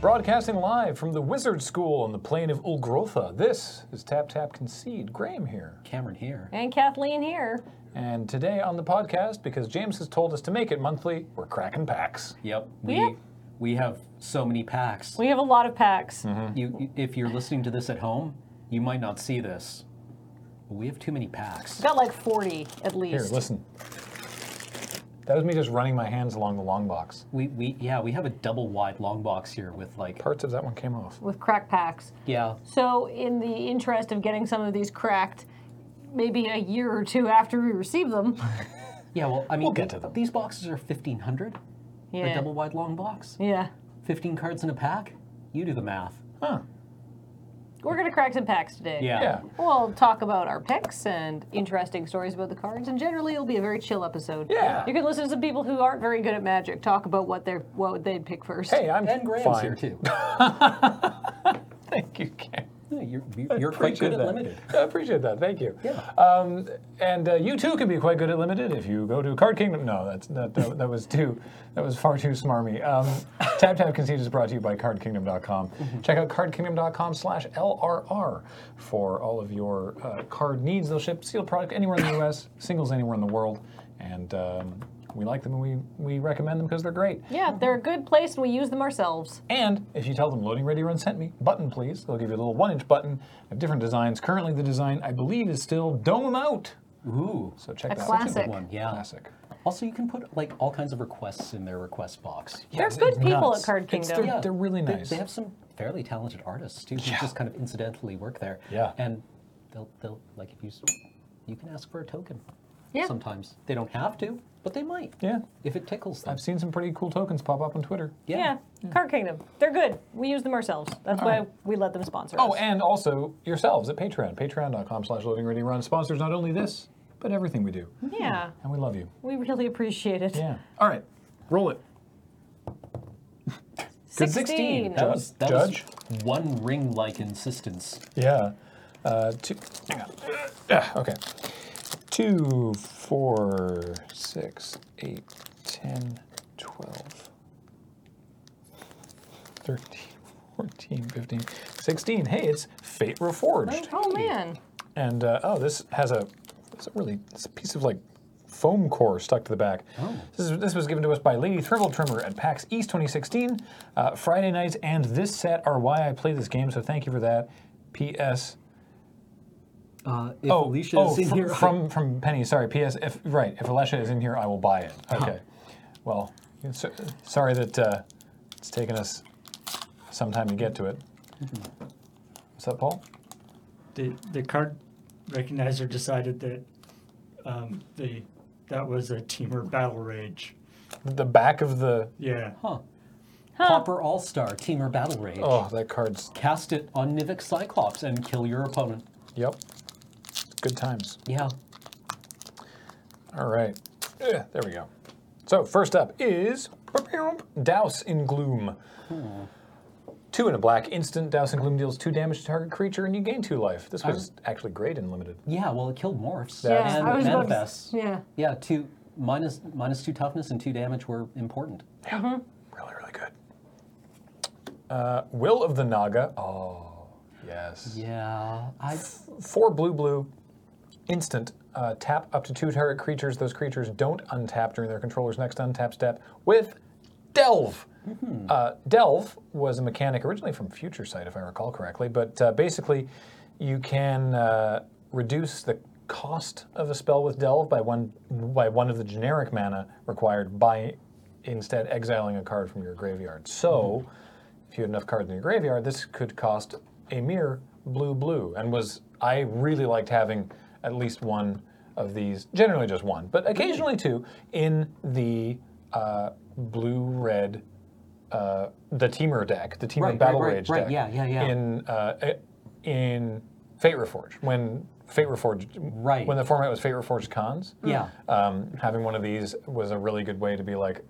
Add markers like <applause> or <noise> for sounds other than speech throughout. Broadcasting live from the Wizard School on the plain of Ulgrotha, this is Tap Tap Concede. Graham here. Cameron here. And Kathleen here. And today on the podcast, because James has told us to make it monthly, we're cracking packs. Yep. We We have- we have so many packs. We have a lot of packs. Mm-hmm. You if you're listening to this at home, you might not see this. We have too many packs. Got like 40 at least. Here, listen. That was me just running my hands along the long box. We we yeah, we have a double wide long box here with like Parts of that one came off. With crack packs. yeah. So, in the interest of getting some of these cracked, maybe a year or two after we <laughs> receive them. Yeah, well, I mean We'll get the- to them. these boxes are 1500 Yeah. a double wide long box. Yeah. 15 cards in a pack? You do the math. Huh. We're going to crack some packs today. Yeah. Yeah. We'll talk about our picks and interesting stories about the cards, and generally it'll be a very chill episode. Yeah. You can listen to some people who aren't very good at magic talk about what they're what they'd pick first. Hey, I'm And Graham's fine. here too. <laughs> Thank you, Cam. Yeah, you're you're, you're quite Appreciate good at that. limited. I appreciate that. Thank you. Um, and uh, you too can be quite good at limited if you go to Card Kingdom. No, that's that, that, that was too that was far too smarmy. <laughs> Um, Tap Tap Conceit is brought to you by CardKingdom.com. Mm-hmm. Check out CardKingdom.com/lrr for all of your uh, card needs. They'll ship sealed product anywhere in the U.S., singles anywhere in the world, and um, we like them and we we recommend them because they're great. Yeah, they're a good place and we use them ourselves. And if you tell them loading ready run sent me, button please, they'll give you a little one inch button of different designs. Currently, the design I believe is still dome out. Ooh. So check A that out. classic. Good one. Yeah. Classic. Also, you can put like all kinds of requests in their request box. They're Yes, good it's people nuts. at Card It's Kingdom. their- They're really They- nice. They, have some fairly talented artists too, who just kind of incidentally work there. Yeah. And they'll they'll like if you s- you can ask for a token. Yeah. Sometimes they don't have to, but they might. Yeah. If it tickles them. I've seen some pretty cool tokens pop up on Twitter. Yeah. Card Kingdom. They're good. We use them ourselves. That's why we let them sponsor Oh, us. and also yourselves at Patreon. Patreon.com slash loading ready run sponsors not only this, but everything we do. yeah. And we love you. We really appreciate it. Yeah. All right. Roll it. 16. That was that Judge? was one ring like insistence. Yeah. Uh, two. Hang on. Ah, okay. Two, four, six, eight, ten, twelve, thirteen, fourteen, fifteen, sixteen. Hey, it's Fate Reforged. Oh, man. And uh, oh, this has a, it's a really it's a piece of like foam core stuck to the back. Oh. This, is, this was given to us by Lady Thribble Trimmer at PAX East 2016. Uh, Friday nights and this set are why I play this game, so thank you for that. P.S. Uh, if Oh, oh, from, from from Penny. Sorry. P.S. If right, if Alicia is in here, I will buy it. Okay. Well, you- so, sorry that uh, it's taken us some time to get to it. What's up, Paul? the the card recognizer decided that um, the that was a teamer battle rage. The back of the Yeah, huh. Popper All Star Teamer Battle Rage. oh, that card's Cast it on Nivik Cyclops and kill your opponent. Yep. Good times. Yeah. All right. Yeah, there we go. So first up is Douse in Gloom. Two in a black instant. Douse in Gloom deals two damage to target creature, and you gain two life. This was actually great in limited. Yeah, well, it killed morphs That's- and I was about to manifests. s- yeah. Yeah, two minus minus two toughness and two damage were important. Yeah, really, really good. Uh, Will of the Naga. Oh, yes. Yeah, I Four blue blue, instant. Uh, tap up to two target creatures. Those creatures don't untap during their controller's next untap step with Delve. Uh, Delve was a mechanic originally from Future Sight, if I recall correctly, but uh, basically you can uh, reduce the cost of a spell with Delve by one by one of the generic mana required by instead exiling a card from your graveyard. So if you had enough cards in your graveyard, this could cost a mere blue blue. And was I really liked having at least one of these, generally just one, but occasionally two, in the uh, blue red, uh, the teamer deck, the teamer Right, right, battle right, rage right, deck. yeah, yeah, yeah. In uh, in Fate Reforged when Fate Reforged Right. when the format was Fate Reforged cons. yeah. Um, having one of these was a really good way to be like,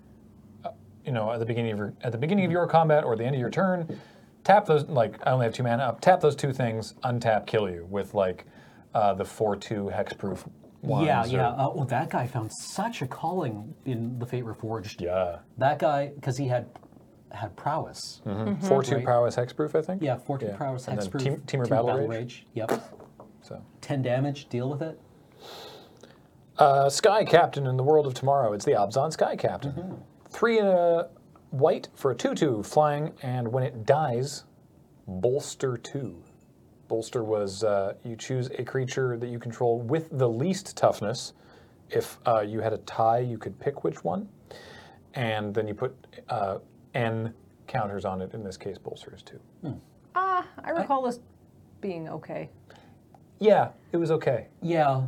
uh, you know, at the beginning of your at the beginning of your combat or the end of your turn, tap those like I only have two mana up. Tap those two things, untap, kill you with like uh, the four two hexproof ones. yeah, or- yeah. Uh, well, that guy found such a calling in the Fate Reforged. yeah. That guy, because he had had prowess. Four two Right. prowess hexproof, I think. Yeah, 14 Yeah. prowess, Uh-huh. And then hexproof, team- team or two battle battle rage? rage. Yep. So. 10 damage, deal with it. Uh, Sky Captain in the world of tomorrow. It's the Obzon Sky Captain. Three and a white for a 2 2 flying, and when it dies, bolster 2. Bolster was uh, you choose a creature that you control with the least toughness. If uh, you had a tie, you could pick which one. And then you put uh, N counters on it. In this case, bolster is 2. Ah, I recall this being okay. Yeah, it was okay. Yeah.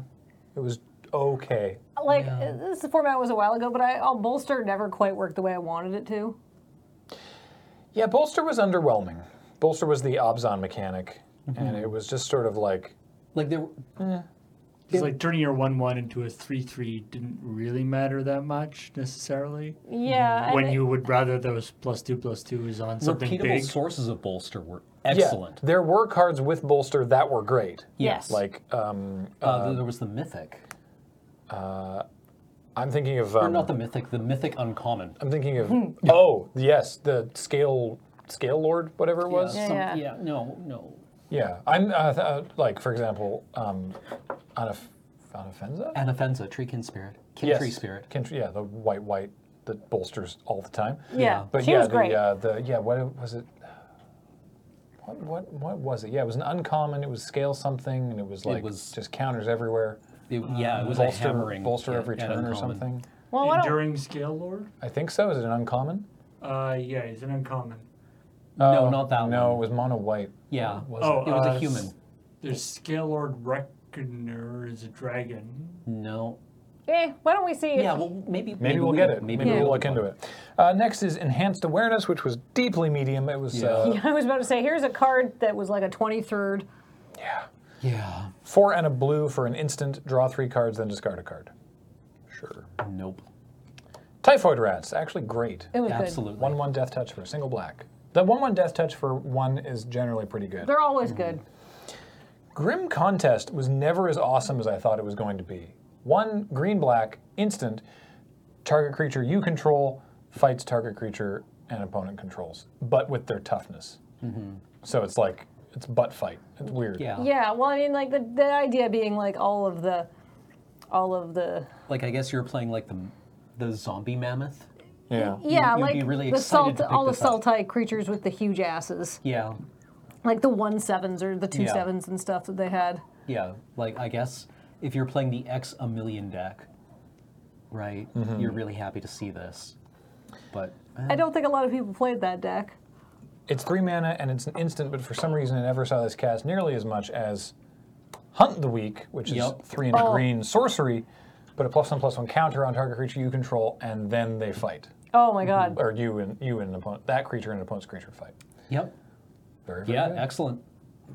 It was okay. Like uh, this format was a while ago, but I oh, bolster never quite worked the way I wanted it to. Yeah, bolster was underwhelming. Bolster was the Obzon mechanic, Mm-hmm. and it was just sort of like, Like there, It's like turning your one one into a three three didn't really matter that much necessarily. Yeah. when and you would rather those plus two plus two is on something repeatable big. sources of bolster were yeah, excellent. there were cards with bolster that were great. Yes. Like, um, Uh, there was the mythic, I'm thinking of, or um, not the Hmm. mythic, the mythic uncommon. I'm thinking of, <laughs> oh yes, the scale scale lord, whatever it was. Yeah, Some- yeah. No. No. Yeah, I'm uh, th- uh, like, for example, um, Anaf- Anafenza. Anafenza, tree kin spirit, kin tree spirit. Kintry- yeah, the white white that bolsters all the time. Yeah, But she yeah, was the, great. Uh, the yeah, what was it? What, what what was it? Yeah, it was an uncommon. It was scale something, and it was like was- just counters everywhere. It- yeah, it was a Uh, bolster hammering. bolster at- every at turn or uncommon. something. well, why don't, Enduring scale lord? I think so. Is it an uncommon? Uh, yeah, he's an uncommon. No, Oh, not that No, it one. was mono white. Yeah. Was Oh, it? It was uh, a human. s- There's scale lord reckoner is a dragon. No. eh, why don't we see? if- Yeah. Well, maybe. Maybe, we'll we- get it. Maybe, Maybe we'll we'll look into it. Uh, next is enhanced awareness, which was deeply medium. It was uh, <laughs> I was about to say, here's a card that was like a 23rd. <laughs> Yeah. four and a blue for an instant. Draw three cards, then discard a card. Sure. Nope. Typhoid rats, actually great. It was Absolutely. One one death touch for a single black. The one one death touch for one is generally pretty good. good. They're always good. Grim Contest was never as awesome as I thought it was going to be. One green black instant target creature you control fights target creature and opponent controls, but with their toughness. So it's like it's butt fight. It's weird. Yeah. Yeah, well, I mean, like the, the idea being like all of the, all of the, Like I guess you were playing like the the zombie mammoth. Yeah. yeah, you'd like be really the excited salt, to pick all the this up. saltite creatures with the huge asses, Yeah. like the one sevens or the two sevens Yeah. and stuff that they had. Yeah, like I guess if you're playing the X a million deck, right, Mm-hmm. you're really happy to see this. But eh, I don't think a lot of people played that deck. It's three mana and it's an instant, but for some reason I never saw this cast nearly as much as Hunt the Weak, which is Yep. three and a Oh. green sorcery, but a plus one plus one counter on target creature you control, and then they fight. Oh my Mm-hmm. god. Or you and you and an opponent that creature and an opponent's creature fight. yep, Very, very yeah, good. excellent,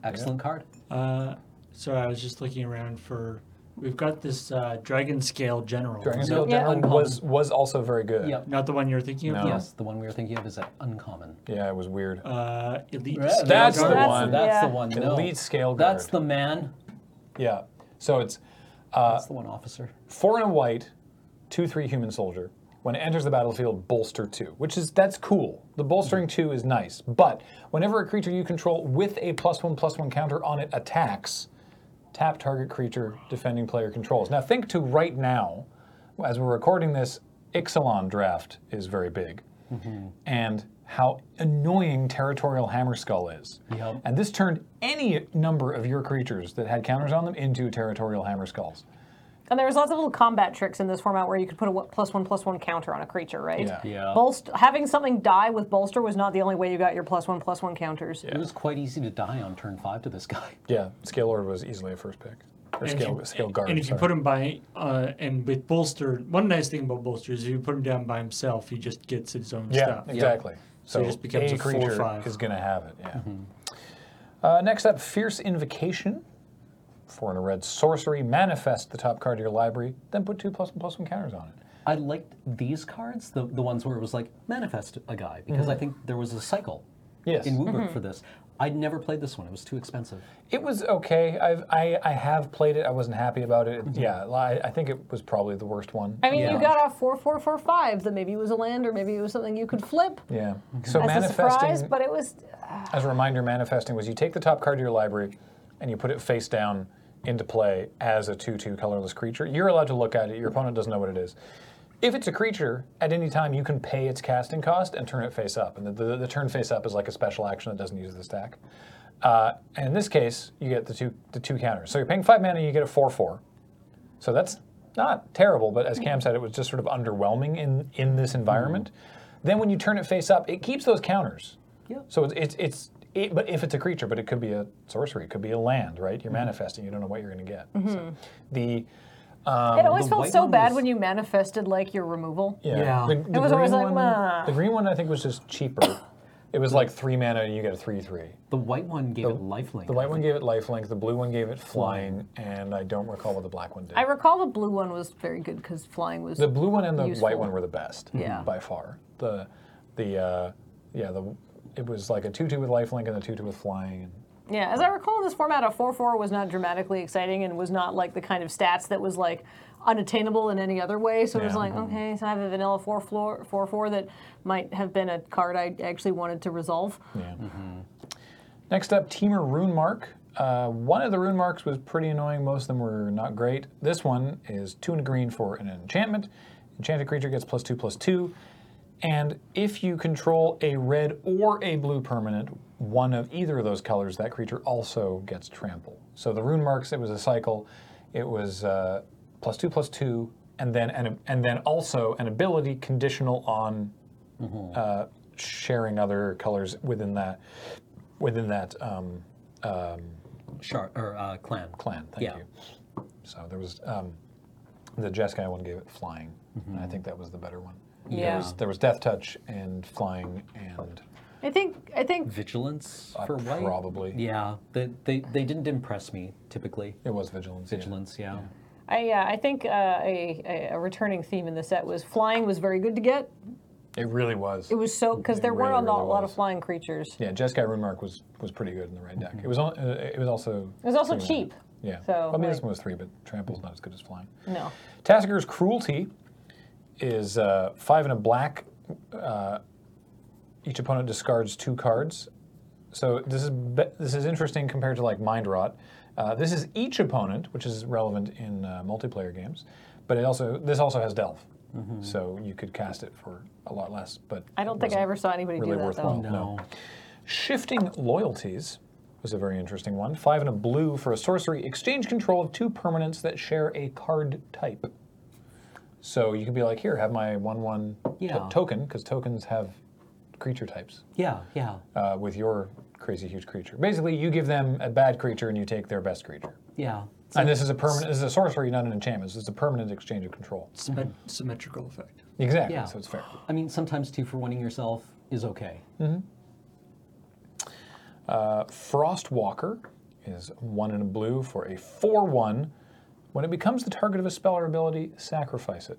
excellent card. Uh, sorry, I was just looking around for. We've got this uh, dragon scale general. Dragon's No, Guild yeah, General uncommon. was was also very good. Yep. Not the one you're thinking of. No. Yes, the one we were thinking of is that uncommon. Yeah, it was weird. Uh, elite. Right, scale That's the guard. That's- one. That's the yeah. one. No. Elite scale guard. That's the man. uh, yeah. So it's That's the one officer. four and a white, two three human soldier. When it enters the battlefield, bolster two, which is that's cool. The bolstering two is nice, but whenever a creature you control with a plus one plus one counter on it attacks, tap target creature defending player controls. Now think to right now, as we're recording this, Ixalan draft is very big, and how annoying territorial hammer skull is. Yep. And this turned any number of your creatures that had counters on them into territorial hammer skulls. And there was lots of little combat tricks in this format where you could put a one- plus one plus one counter on a creature, right? Yeah. Yeah. Bolst- having something die with bolster was not the only way you got your plus one plus one counters. It was quite easy to die on turn five to this guy. <laughs> Yeah, Scale Lord was easily a first pick. Or And if scale, you- scale Guard. And if you sorry. put him by, uh, and with Bolster, one nice thing about Bolster is if you put him down by himself, he just gets his own yeah, stuff. exactly. So, it just becomes a a four, creature five. Mm-hmm. is going to have it. Yeah. Uh, next up, Fierce Invocation. Four and a red sorcery. Manifest the top card of your library, then put two plus one plus one counters on it. I liked these cards, the, Mm-hmm. the ones where it was like manifest a guy, because I think there was a cycle Yes. in Wooburg for this. I'd never played this one. It was too expensive. It was okay. I've, I I have played it. I wasn't happy about it. Mm-hmm. Yeah, I, I think it was probably the worst one. I mean, Yeah. you got a four, four, four, five. That maybe it was a land, or maybe it was something you could flip yeah. Mm-hmm. So as a manifesting, surprise. But it was as a reminder, manifesting was you take the top card of your library, and you put it face down into play as a two-two colorless creature. You're allowed to look at it. Your opponent doesn't know what it is. If it's a creature, at any time you can pay its casting cost and turn it face up. And the, the, the turn face up is like a special action that doesn't use the stack. Uh, and in this case, you get the two the two counters. So you're paying five mana, you get a four-four. So that's not terrible, but as Cam said, it was just sort of underwhelming in, in this environment. Then when you turn it face up, it keeps those counters. Yeah. So it's it's, it's it, but if it's a creature, but it could be a sorcery, it could be a land, right? You're manifesting, you don't know what you're going to get. Mm-hmm. So the Um, it always the felt white so one bad was- when you manifested like your removal. yeah, Yeah. The, It the was always green one, like, "Mah." the green one I think was just cheaper. it was like three mana, and you get a three three. The white one gave it lifelink. The white one gave it lifelink, the blue one gave it flying, and I don't recall what the black one did. I recall the blue one was very good because flying was. The blue one and the white useful. one were the best, Yeah. by far. The, the, uh, yeah, the, it was like a two-two with lifelink and a two-two with flying. yeah, as I recall in this format, a 4 4 was not dramatically exciting and was not like the kind of stats that was like unattainable in any other way. So it was Yeah. like, okay, so I have a vanilla 4 4, four, four that might have been a card I actually wanted to resolve. Yeah. Mm-hmm. Next up, Teamer Rune Mark. Uh, one of the rune marks was pretty annoying. Most of them were not great. This one is two and a green for an enchantment. Enchanted creature gets plus two plus two, and if you control a red or a blue permanent, one of either of those colors, that creature also gets trample. So the rune marks. It was a cycle. It was uh, plus two plus two, and then and, and then also an ability conditional on uh, sharing other colors within that within that um, Shar- or uh, clan. clan. Thank Yeah. you. So there was um, the Jeskai one gave it flying, Mm-hmm. and I think that was the better one. There Yeah. was, there was death touch and flying and I think, I think, Vigilance uh, for white. probably Yeah, they, they they didn't impress me typically. it was vigilance. yeah. Vigilance, yeah. I, yeah, I think uh, a, a- a returning theme in the set was flying was very good to get. It really was. It was so because It there really, weren't a lot, really lot was. of flying creatures. yeah, Jeskai Runemark was was pretty good in the right deck. Mm-hmm. It was on, uh, it was also It was also three cheap. mana. Yeah. So, Well, I mean, this like- one was three, but trample's not as good as flying. No. Tasker's Cruelty is uh, five and a black. Uh, each opponent discards two cards. So this is be- this is interesting compared to like Mind Rot. Uh, this is each opponent, which is relevant in uh, multiplayer games, but it also this also has Delve, so you could cast it for a lot less. But I don't think I ever saw anybody really do that worthwhile. though. No. No. Shifting Loyalties was a very interesting one. Five and a blue for a sorcery. Exchange control of two permanents that share a card type. So you can be like, here, have my 1 1 Yeah. token, because tokens have creature types Yeah, yeah. uh, with your crazy huge creature. Basically, you give them a bad creature and you take their best creature. Yeah. and this is a permanent, this is a sorcery, not an enchantment. This is a permanent exchange of control. Symmet- Mm-hmm. symmetrical effect. Exactly, Yeah. so it's fair. I mean, sometimes two for winning yourself is okay. Frostwalker is one in a blue for a 4 1. When it becomes the target of a spell or ability, sacrifice it.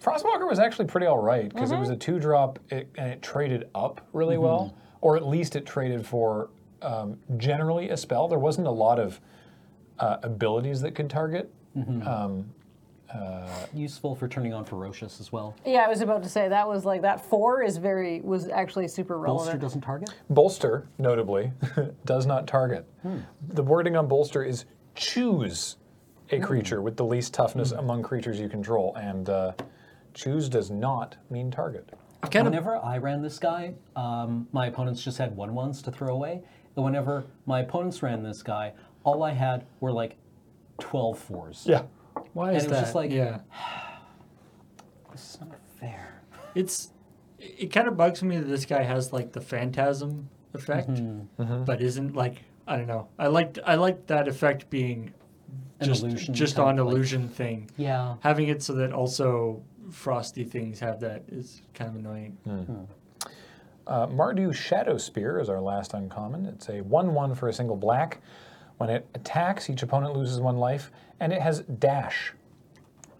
Frostwalker was actually pretty all right because it was a two drop it, and it traded up really well, or at least it traded for um, generally a spell. There wasn't a lot of uh, abilities that could target. Useful for turning on ferocious as well. Yeah, I was about to say that was like that four is very was actually super Bolster relevant. doesn't target. Bolster, notably, <laughs> does not target. Hmm. The wording on bolster is choose Hmm. a creature with the least toughness among creatures you control, and uh, choose does not mean target. I kind of, Whenever I ran this guy, um, my opponents just had one ones to throw away. And whenever my opponents ran this guy, all I had were like 12 fours. Yeah. why is and it was that? just like- yeah, This is not fair. it's it kind of bugs me that this guy has like the phantasm effect, Mm-hmm. Mm-hmm. but isn't like I don't know. I liked I liked that effect being An just illusion just kind on of like- illusion thing. Yeah. Having it so that also frosty things have that is kind of annoying. Uh, Mardu Shadow Spear is our last uncommon. It's a 1 1 for a single black. When it attacks, each opponent loses one life, and it has dash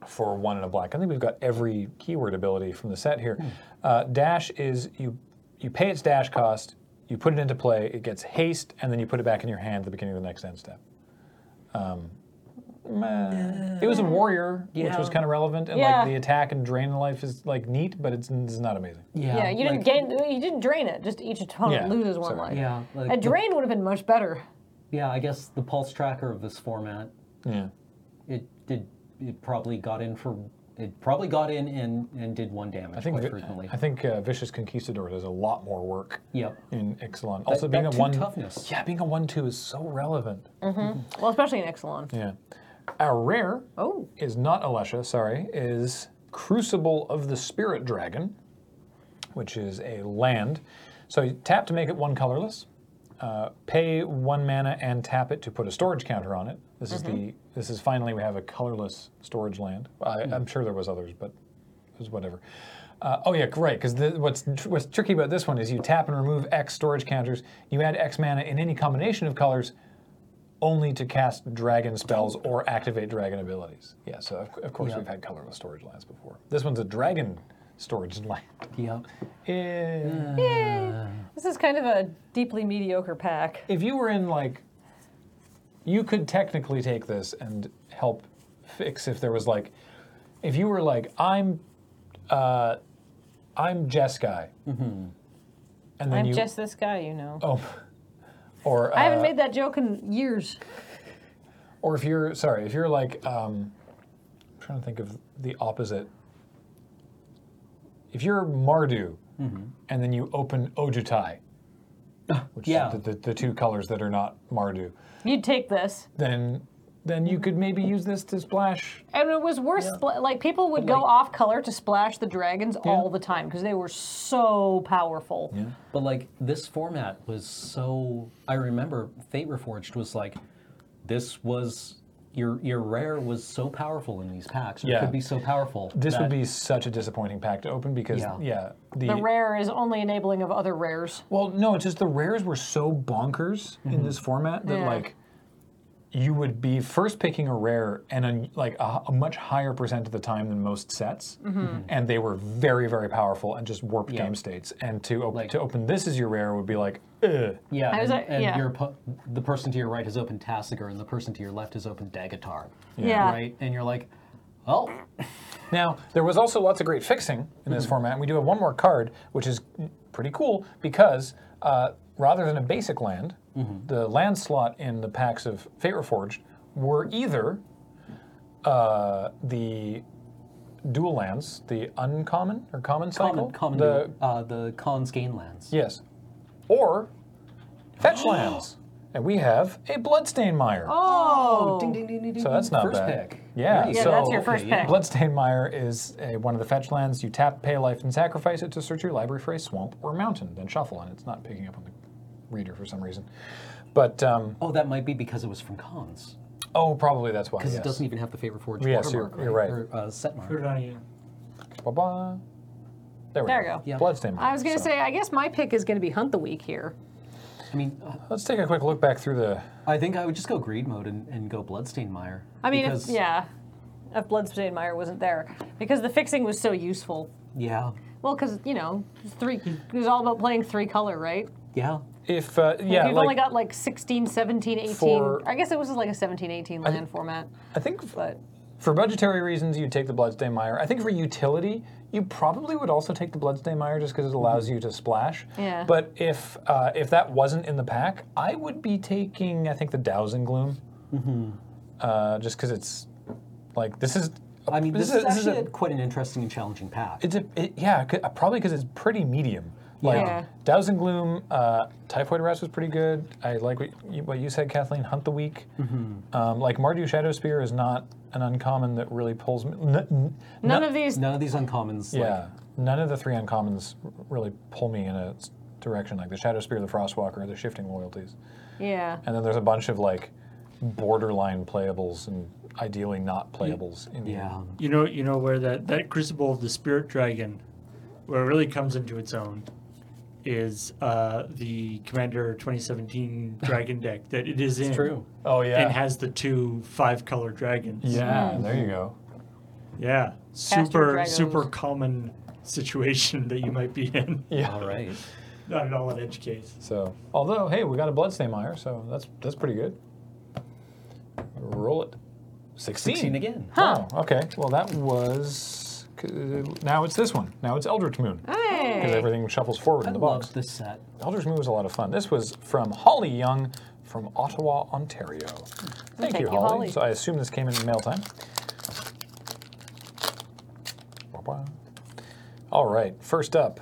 for one and a black. I think we've got every keyword ability from the set here. Uh, dash is you you pay its dash cost, you put it into play, it gets haste, and then you put it back in your hand at the beginning of the next end step. Um, meh. it was in Warrior, which Yeah. was kind of relevant, and Yeah. like the attack and drain life is like neat, but it's, it's not amazing. Yeah, Yeah, you didn't like- gain. You didn't drain it. Just each opponent Yeah, loses one sorry. life. Yeah, like a the- drain would have been much better. yeah, I guess the pulse tracker of this format, Yeah. it did, it probably got in for, it probably got in and, and did one damage I think quite vi- frequently. I think uh, Vicious Conquistador does a lot more work yep. in Ixalan. Also, that being a two one toughness. Yeah, being a one-two is so relevant. Well, especially in Exelon. Yeah. Our rare Oh, is not Alesha, sorry, is Crucible of the Spirit Dragon, which is a land. So you tap to make it one colorless, uh, pay one mana and tap it to put a storage counter on it. This is the this is finally we have a colorless storage land. I, I'm sure there was others, but it was whatever. Uh, oh yeah, right. Because what's tr- what's tricky about this one is you tap and remove X storage counters. You add X mana in any combination of colors, only to cast dragon spells or activate dragon abilities. Yeah. So of, of course Yeah. we've had colorless storage lands before. This one's a dragon storage <laughs> land. Yep. Yeah. this is kind of a deeply mediocre pack. If you were in like, you could technically take this and help fix if there was like, if you were like, I'm, uh, I'm Jess guy, and then I'm you, just this guy, you know. oh, <laughs> or uh, I haven't made that joke in years. or if you're sorry, if you're like, um, I'm trying to think of the opposite. If you're Mardu, and then you open Ojutai, which yeah. is the, the, the two colors that are not Mardu. You'd take this. then then you could maybe use this to splash. And it was worse. spla- like people would go like- off color to splash the dragons all the time because they were so powerful. But like this format was so I remember Fate Reforged was like this was your your rare was so powerful in these packs. or Yeah. It could be so powerful. This would that- be such a disappointing pack to open because yeah, Yeah. the, The rare is only enabling of other rares. well no, it's just the rares were so bonkers in Mm-hmm. this format that Yeah. like you would be first picking a rare and a, like a, a much higher percent of the time than most sets, and they were very very powerful and just warped Mm-hmm. Yeah. game states. And to op- Like- to open this as your rare would be like, Ugh. yeah, I and, was like- and yeah. your oppo- the person to your right has opened Tassiger and the person to your left has opened Dagatar. Yeah. Right? And you're like, oh Now, there was also lots of great fixing in Hmm. this format, and we do have one more card, which is pretty cool because uh, rather than a basic land, Mm-hmm. the land slot in the packs of Fate Reforged were either uh, the dual lands, the uncommon or common cycle, common common the- dual- uh, the Khan's gain lands. yes, or fetch <gasps> lands, and we have a Bloodstain Mire. Oh, ding ding ding ding ding. So that's not first bad. pick. Yeah, Great. Yeah, so- that's your first okay, yeah. pick. Bloodstainmire is a, one of the fetch lands. You tap, pay a life, and sacrifice it to search your library for a swamp or mountain, then shuffle, and it's not picking up on the reader for some reason. But, um, Oh, that might be because it was from Khan's. oh, probably that's why. Because yes. it doesn't even have the favorite forge Yes, watermark, you're- you're Or, uh, set mark. Put it on you. Ba-ba. There we There go. we go. Yeah. Bloodstainmire. I was going to So, say, I guess my pick is going to be Hunt the Week here. I mean, uh, Let's take a quick look back through the. I think I would just go greed mode and, and go bloodstain mire. I mean, if, because, yeah, if Bloodstained Mire wasn't there, because the fixing was so useful. yeah, Well, because you know, it's three it was all about playing three color, right? yeah. If, uh, yeah, You've like, only got like 16, 17, 18. For- I guess it was like a 17, 18 land format, I think f- but for budgetary reasons, you take the Bloodstainmire. I think for utility, you probably would also take the Bloodstainmire just because it allows you to splash. Mm-hmm. Yeah. But if uh, if that wasn't in the pack, I would be taking I think the Dowsing Gloom, uh, just because it's like this is. a- I mean, this, is, a- actually a- quite an interesting and challenging pack. it's a, it, yeah, c- uh, probably because it's pretty medium. Like Yeah. Dows and Gloom, uh, Typhoid Rats was pretty good. I like what you, what you said, Kathleen. Hunt the Weak. Um, like Mardu Shadow Spear is not an uncommon that really pulls me. N- n- none of these. None of these uncommons. yeah, Like, none of the three uncommons r- really pull me in a s- direction. Like the Shadow Spear, the Frostwalker, the Shifting Loyalties, Yeah. and then there's a bunch of like borderline playables and ideally not playables in the yeah. You know, you know where that that crucible of the spirit dragon, where it really comes into its own, is uh, the Commander <laughs> 2017 dragon deck that it is in. True. Oh And has the two five color dragons. yeah. There you go. Yeah. your Super Mm-hmm. dragons. super common situation that you might be in. <laughs> Yeah. All right. Not at all an edge case. So, although, hey, we got a bloodstain mire, so that's that's pretty good. Roll it. 16. 16 again. Wow. Okay. Well, that was. c- Now it's this one. Now it's Eldritch Moon. Because Hey. everything shuffles forward I in the box. love this set. Eldritch Moon was a lot of fun. This was from Holly Young from Ottawa, Ontario. Thank, Thank you, you, Holly. Holly. So I assume this came in mail time. Wah-wah. All right, first up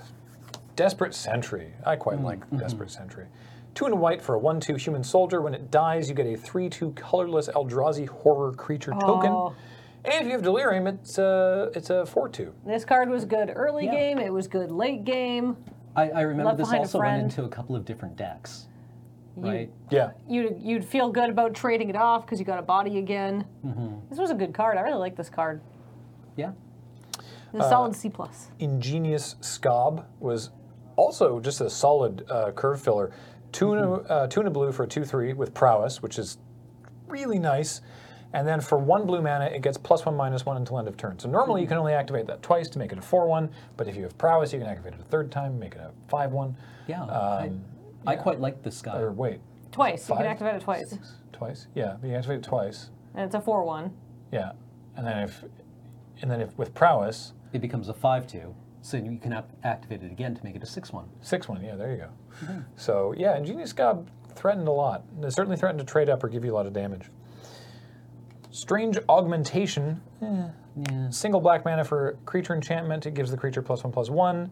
Desperate Sentry. I quite like Mm-hmm. Desperate Sentry. Two and a white for a 1 2 human soldier. When it dies, you get a 3 2 colorless Eldrazi horror creature Oh. token. And if you have Delirium, it's a, it's a 4 2. This card was good early Yeah. game. It was good late game. I, I remember Left this Behind a also went Friend. into a couple of different decks, right? Yeah. You'd you'd feel good about trading it off because you got a body again. Mm-hmm. This was a good card. I really like this card. Yeah. It's Uh, a solid C plus. Ingenious Scob was also just a solid uh, curve filler. Tuna, Mm-hmm. uh, tuna blue for a 2 3 with prowess, which is really nice. And then for one blue mana, it gets plus one minus one until end of turn. So normally Mm-hmm. you can only activate that twice to make it a 4 1, but if you have prowess, you can activate it a third time, make it a 5 1. Yeah. I, I quite like this guy. Or wait, Twice. You Five? can activate it twice. twice? Yeah, you activate it twice. And it's a four one. Yeah. And then if. And then if with prowess, It becomes a 5 2, so you can ap- activate it again to make it a 6 1. Six one, yeah, there you go. So yeah, Ingenious Gob threatened a lot. They certainly threatened to trade up or give you a lot of damage. Strange Augmentation, Yeah. single black mana for creature enchantment. It gives the creature plus one plus one.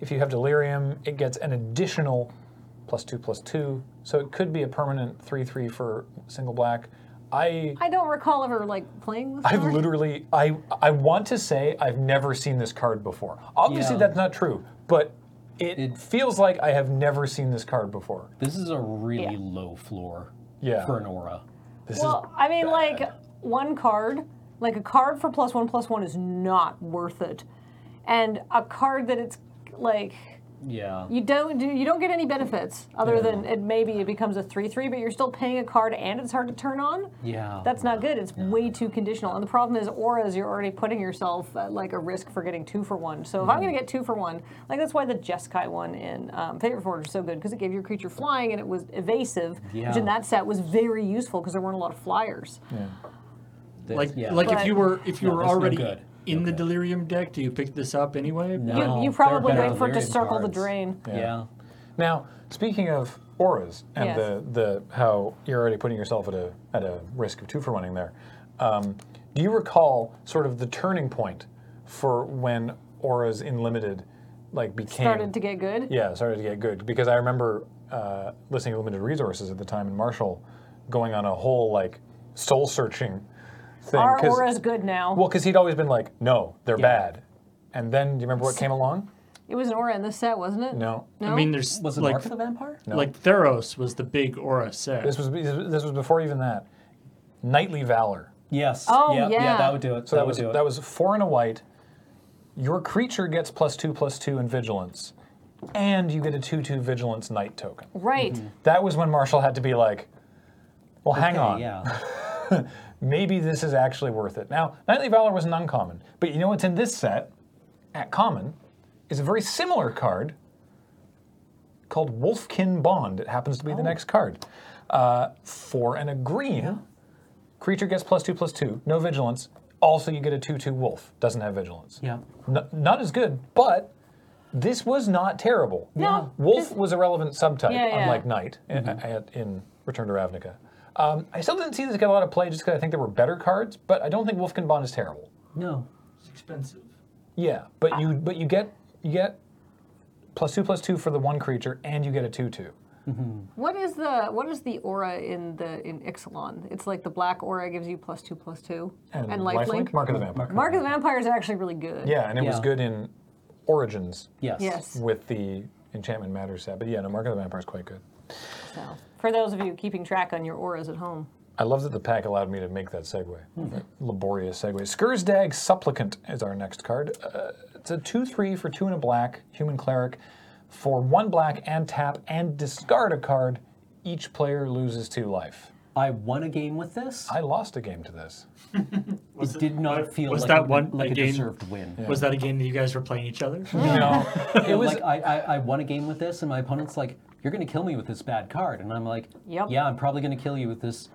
If you have Delirium, it gets an additional plus two plus two. So it could be a permanent three three for single black. I I don't recall ever like playing this. I've card. literally I I want to say I've never seen this card before. Obviously Yeah. that's not true, but it, It- feels like I have never seen this card before. This is a really Yeah. low floor Yeah. for an aura. This Well, I mean, like one card, like a card for plus one plus one is not worth it, and a card that it's like Yeah. you don't do, you don't get any benefits other than it maybe it becomes a three three, but you're still paying a card and it's hard to turn on. Yeah. That's not good. It's way too conditional. And the problem is auras, you're already putting yourself at like a risk for getting two for one. So Mm-hmm. if I'm going to get two for one, like that's why the Jeskai one in um, Favorite Forge is so good because it gave your creature flying and it was evasive, which Yeah. in that set was very useful because there weren't a lot of flyers. This- Like, yeah. like if But- you were if you No, were that's no already good. in the Okay. delirium deck, do you pick this up anyway? No. You, you they're probably better wait for it to delirium circle the cards. drain. yeah. Now, speaking of auras and Yes. the, the how you're already putting yourself at a at a risk of two for running there, um, do you recall sort of the turning point for when auras in limited like became Started to get good. Yeah, started to get good because I remember uh, listening to Limited Resources at the time, and Marshall going on a whole like soul searching thing. Our 'cause- aura's good now. well, because he'd always been like, no, they're Yeah. bad. And then, do you remember what came along? it was an aura in this set, wasn't it? No. No. I mean, there's Was it like Mark of the Vampire? like Theros was the big aura set. This was this was before even that. Knightly Valor. Yes. Oh, yeah, yeah. that would do it. So that, that would was do it. that was four and a white. Your creature gets plus two plus two in vigilance, and you get a two two vigilance knight token. right. That was when Marshall had to be like, well, hang Okay, on. <laughs> Yeah. maybe this is actually worth it. Now, Knightly Valor was an uncommon, but you know what's in this set at common is a very similar card called Wolfkin Bond. It happens to be the next card. Uh, for and a green, creature gets plus two plus two, no vigilance. Also, you get a 2 2 wolf, doesn't have vigilance. Yeah. N- not as good, but this was not terrible. No, Wolf was a relevant subtype, Yeah, yeah. unlike Knight in, at- in Return to Ravnica. Um, I still didn't see this get a lot of play just because I think there were better cards, but I don't think Wolfkin Bond is terrible. No. it's expensive. Yeah, but you but you get you get plus two plus two for the one creature, and you get a two two. What is the what is the aura in the in Ixalan? It's like the black aura gives you plus two plus two lifelink. Mark of the Vampire. Mark of the Vampire is actually really good. Yeah, and it was Yeah. good in Origins Yes. Yes. with the Enchantment Matters set, but yeah, no, Mark of the Vampire is quite good. So for those of you keeping track on your auras at home, I love that the pack allowed me to make that segue. That laborious segue. Skursdag Supplicant is our next card. Uh, it's a 2 3 for 2 and a black, human cleric. For 1 black and tap and discard a card, each player loses 2 life. I won a game with this. I lost a game to this. Was it did not what- feel was like, that a, one like a again? deserved win. <laughs> Was that a game that you guys were playing each other? No, <laughs> it was. like I, I, I won a game with this, and my opponent's like, "You're going to kill me with this bad card," and I'm like, Yep. "Yeah, I'm probably going to kill you with this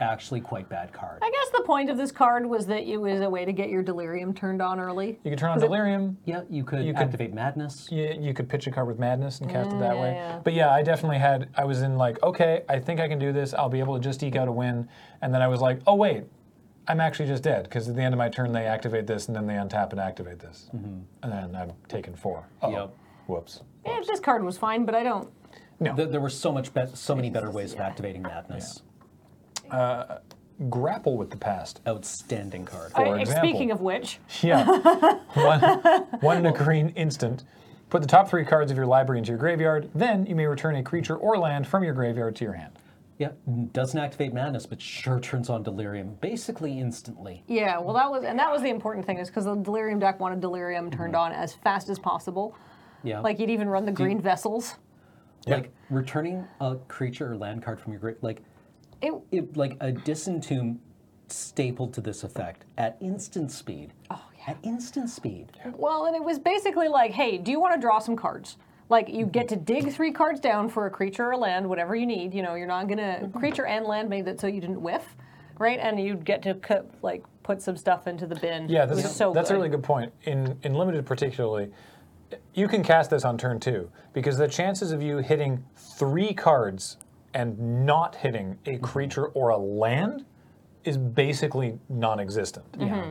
actually quite bad card." I guess the point of this card was that it was a way to get your delirium turned on early. you could turn on delirium. yeah, you could You could- activate madness. you, you could pitch a card with madness and cast it that yeah, way. Mm, yeah. But yeah, I definitely had. I was in like, okay, I think I can do this. I'll be able to just eke out a win. And then I was like, oh wait, I'm actually just dead because at the end of my turn they activate this and then they untap and activate this, and then I'm taken four. Uh-oh. Yep. Mm-hmm. Oh, Whoops. Yeah, this card was fine, but I don't. There, there were so much, bet so many better ways of activating madness. Grapple with the past. Outstanding card. For I- example. speaking of which, <laughs> Yeah. <laughs> one, one in a green instant. Put the top three cards of your library into your graveyard. Then you may return a creature or land from your graveyard to your hand. Yeah, doesn't activate madness, but sure turns on delirium basically instantly. yeah, well, that was and that was the important thing is because the delirium deck wanted delirium turned Mm-hmm. on as fast as possible. Yeah, Like you'd even run the green vessels. like returning a creature or land card from your grave, like It, it, like a disentomb stapled to this effect at instant speed. Oh yeah, at instant speed. well, and it was basically like, hey, do you want to draw some cards? Like you get to dig three cards down for a creature or land, whatever you need. You know, you're not gonna Mm-hmm. creature and land made it so you didn't whiff, right? And you'd get to co- like put some stuff into the bin. Yeah, It this, was so that's good. a really good point. In in limited particularly, you can cast this on turn two because the chances of you hitting three cards and not hitting a creature or a land is basically non-existent.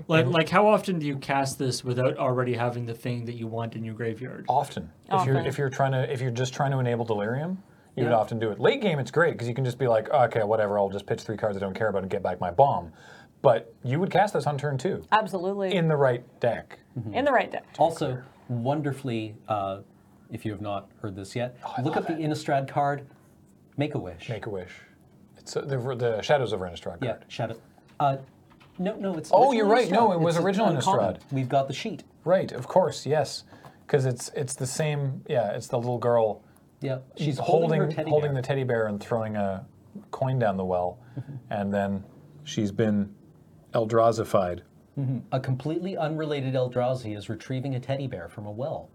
Like, like, how often do you cast this without already having the thing that you want in your graveyard? Often, if you're Often. if you're trying to if you're just trying to enable delirium, you would Yeah. often do it. Late game, it's great because you can just be like, okay, whatever, I'll just pitch three cards I don't care about and get back my bomb. But you would cast this on turn two Absolutely. in the right deck. in the right deck. Also, wonderfully, uh, if you have not heard this yet, Oh, look up the Innistrad card, Make a Wish. Make a wish. It's uh, the, the Shadows of Innistrad card. yeah, shout it. Uh, no, no, it's. Oh, original you're right. No, Innistrad. it was It's- it's original uncommon. Innistrad. We've got the sheet. Right, of course, yes, because it's it's the same. Yeah, it's the little girl Yeah, she's holding holding her teddy holding bear. Mm-hmm. the teddy bear and throwing a coin down the well, and then she's been Eldrazified. A completely unrelated Eldrazi is retrieving a teddy bear from a well.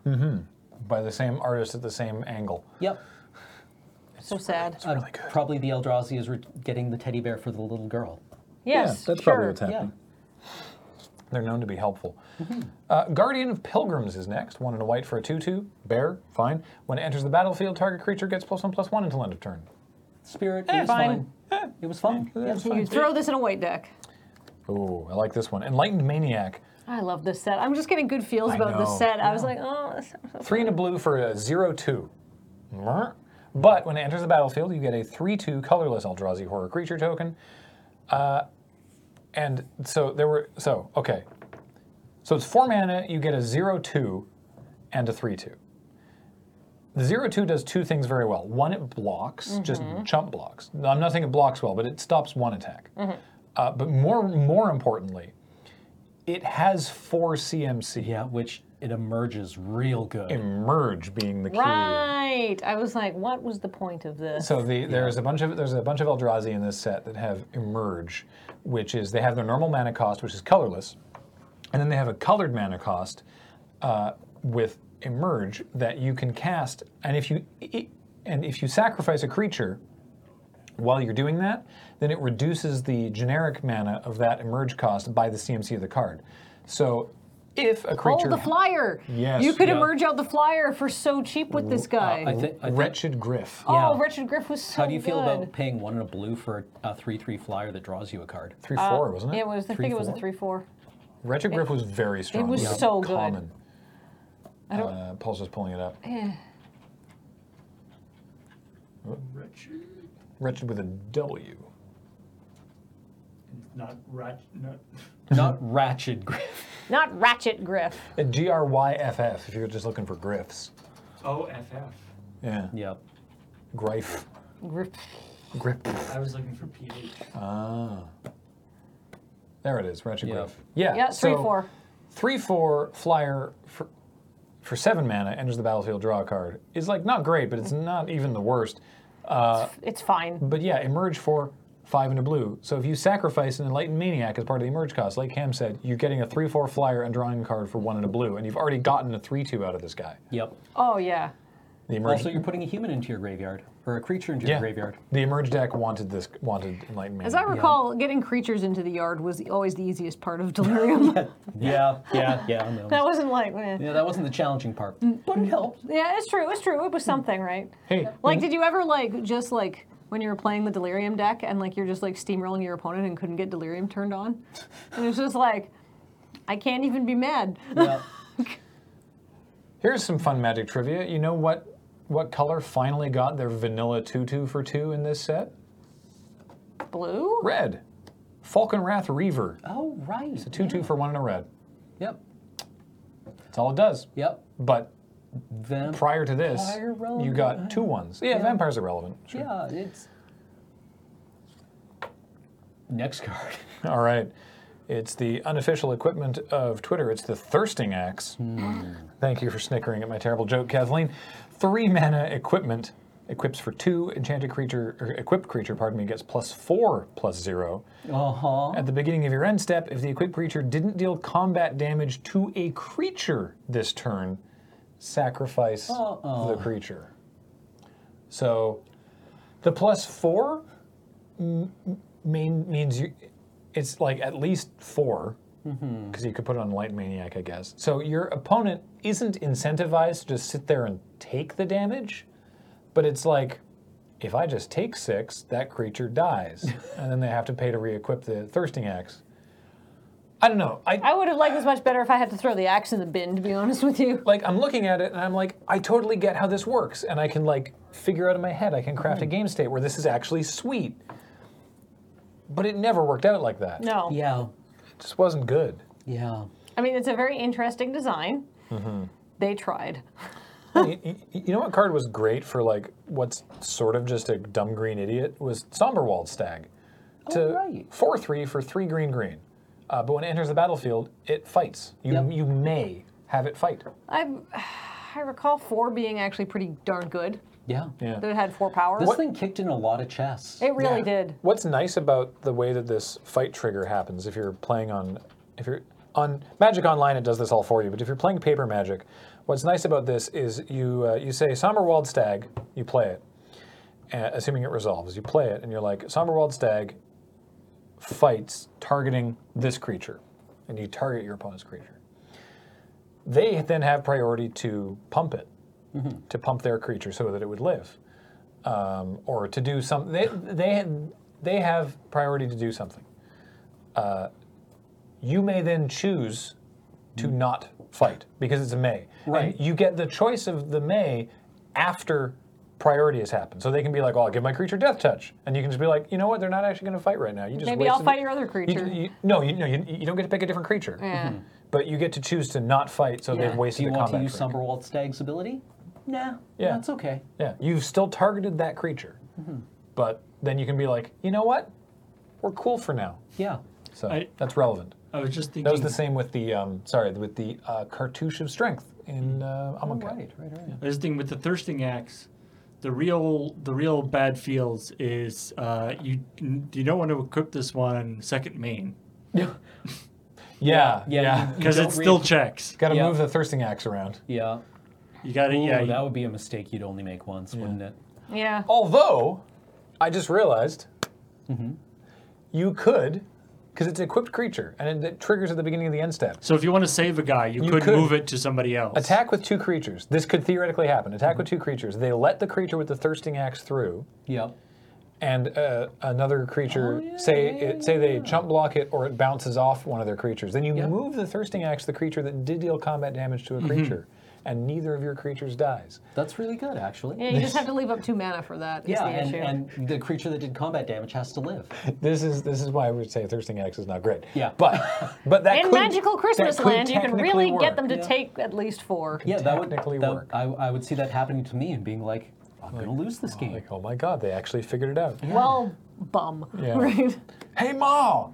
by the same artist at the same angle. Yep. So sad. uh, Probably the Eldrazi is re- getting the teddy bear for the little girl. Yes, yeah, that's sure. probably what's happening. They're known to be helpful. Mm-hmm. Uh, Guardian of Pilgrims is next. One in a white for a two-two. Bear, fine. When it enters the battlefield, target creature gets plus one plus one until end of turn. Spirit, Eh, it was fine. fine. It was fine. Yeah. You throw this in a white deck. Ooh, I like this one. Enlightened Maniac. I love this set. I'm just getting good feels I about know. this set. I was like, oh, this sounds so Three and a blue for a zero-two. Mer. But when it enters the battlefield, you get a three-two colorless Eldrazi horror creature token. Uh, and so there were so okay. So it's four mana. You get a zero-two and a three-two. The zero-two does two things very well. One, it blocks, just chump blocks. Now, I'm not saying it blocks well, but it stops one attack. Uh, but more more importantly, it has four CMC. Yeah, which it emerges real good. Emerge being the key. right. I was like, what was the point of this? So the, there's a bunch of there's a bunch of Eldrazi in this set that have emerge, which is they have their normal mana cost, which is colorless, and then they have a colored mana cost uh, with emerge that you can cast, and if you i- and if you sacrifice a creature while you're doing that, then it reduces the generic mana of that emerge cost by the CMC of the card. So if a Oh, creature the flyer. Yes, You could yeah. emerge out the flyer for so cheap with this guy. uh, I thi- I thi- wretched griff. oh, yeah. Richard Griff was so How do you feel good. about paying one and a blue for a three-three flyer that draws you a <laughs> card? Three four, wasn't it? uh, Yeah, it was. I think it was a three-four. Wretched Griff was very strong. was Yeah. so good. common. I don't. Uh, Paul's just pulling it up. Wretched. Wretched with a W. Not rat. Not. Not ratchet griff. Not Ratchet Griff. Uh, G R Y F F. If you're just looking for Griffs. Oh, FF. Yeah. Yeah. Griff. Griff. Grip. Ah. I was looking for PH. There it is. Wretched Yeah. Griff. Yeah. Yeah, so three-four. Three four flyer for, for seven mana enters the battlefield draw a card. uh, Is like not great, but it's not even the worst. It's fine. But yeah, emerge for five and a blue. So if you sacrifice an enlightened maniac as part of the emerge cost, like Ham said, you're getting a three four flyer and drawing a card for one and a blue, and you've already gotten a three two out of this guy. Yep. Oh yeah. The emerge, Also, Oh, you're putting a human into your graveyard or a creature into your <laughs> yeah, graveyard. The emerge deck wanted this wanted enlightened maniac. As I recall, getting creatures into the yard was always the easiest part of <laughs> Delirium. <laughs> Yeah, yeah, yeah. No. <laughs> that wasn't like, eh. yeah, that wasn't the challenging part, but it helped. yeah, it's true. It's true. It was something, right? hey, Like, did you ever like just like when you were playing the delirium deck and like you're just like steamrolling your opponent and couldn't get delirium turned on? And it's just like, I can't even be mad. Yeah. Here's some fun magic trivia. You know what what color finally got their vanilla tutu for two in this set? Blue? Red. Falcon Wrath Reaver. Oh right. Two two for one and a red. Yep. That's all it does. Yep. But Vamp- prior to this, Vampire relevant? you got two ones. Yeah, Yeah. vampires are relevant. Sure. Yeah, it's. Next card. <laughs> All right. It's the unofficial equipment of Twitter. It's the thirsting axe. Thank you for snickering at my terrible joke, Kathleen. Three mana equipment equips for two enchanted creature, or equipped creature, pardon me, gets plus four plus zero. Uh huh. At the beginning of your end step, if the equipped creature didn't deal combat damage to a creature this turn, sacrifice Uh-oh. the creature. So the plus four m- m- mean, means you, it's like at least four, because you could put it on Light Maniac, I guess. So your opponent isn't incentivized to just sit there and take the damage, but it's like if I just take six, that creature dies, and then they have to pay to re-equip the thirsting axe. I don't know. I I would have liked this much better if I had to throw the axe in the bin, to be honest with you. like I'm looking at it and I'm like, I totally get how this works, and I can like figure out in my head. I can craft a game state where this is actually sweet. But it never worked out like that. No. Yeah. It just wasn't good. Yeah. I mean, it's a very interesting design. Mm-hmm. They tried. you, you- you know what card was great for like what's sort of just a dumb green idiot was Somberwald Stag. To Oh, right. four three for three green green, uh, but when it enters the battlefield, it fights. You Yep. you may have it fight. I, I recall four being actually pretty darn good. Yeah. Yeah. That it had four power. This thing kicked in a lot of chess. It really Yeah. did. What's nice about the way that this fight trigger happens, if you're playing on, if you're on Magic Online, it does this all for you. But if you're playing Paper Magic, what's nice about this is you uh, you say Sommerwald Stag, you play it, uh, assuming it resolves. You play it, and you're like Sommerwald Stag fights targeting this creature, and you target your opponent's creature. They then have priority to pump it, to pump their creature so that it would live um, or to do something. They, they, they have priority to do something. Uh, you may then choose to not fight because it's a may. And Right. you get the choice of the may after priority has happened. So they can be like, oh, I'll give my creature death touch. And you can just be like, you know what? They're not actually going to fight right now. You just Maybe I'll wasted- fight your other You- creature. you- no, you, no you, you don't get to pick a different creature. Yeah. Mm-hmm. But you get to choose to not fight, so Yeah. they've Do wasted you the want to combat. use trick. Sumberwald Stag's ability? Nah. Yeah. That's okay. Yeah, you've still targeted that creature, Mm-hmm. but then you can be like, you know what, we're cool for now. Yeah. So I- that's relevant. I was just thinking. That was the same with the um, sorry with the uh, cartouche of strength in uh, Oh, Amonkhet. right, right, right. I was thinking with the thirsting axe, the real the real bad feels is uh, you you don't want to equip this one on second main Yeah. Yeah, yeah. <laughs> Yeah, you- because don't it still read- checks. Got to Yeah. move the thirsting axe around. Yeah. You got to Ooh, yeah. you- that would be a mistake you'd only make once, wouldn't it? Yeah. Oh. Although, I just realized Mm-hmm. you could, because it's an equipped creature and it, it triggers at the beginning of the end step. so if you want to save a guy, you, could, could. move it to somebody else. Attack with two creatures. This could theoretically happen. Attack Mm-hmm. with two creatures. They let the creature with the thirsting axe through. Yeah. and uh, another creature Oh, yeah, say yeah, it, say they chump block it or it bounces off one of their creatures. Then you Yeah. move the thirsting axe, the creature that did deal combat damage to a creature, and neither of your creatures dies. That's really good, actually. Yeah, you just have to leave up two mana for that. Yeah, is and, the issue. and the creature that did combat damage has to live. This is this is why I would say thirsting axe is not great. Yeah. but but that In could- Magical that Christmas could Land, you can technically really work. get them to Yeah. take at least four. Yeah, that would technically that- work. I, I would see that happening to me and being like, I'm gonna lose this game. Like oh my god, they actually figured it out. Well, bum. Yeah. <laughs> Right? Hey ma,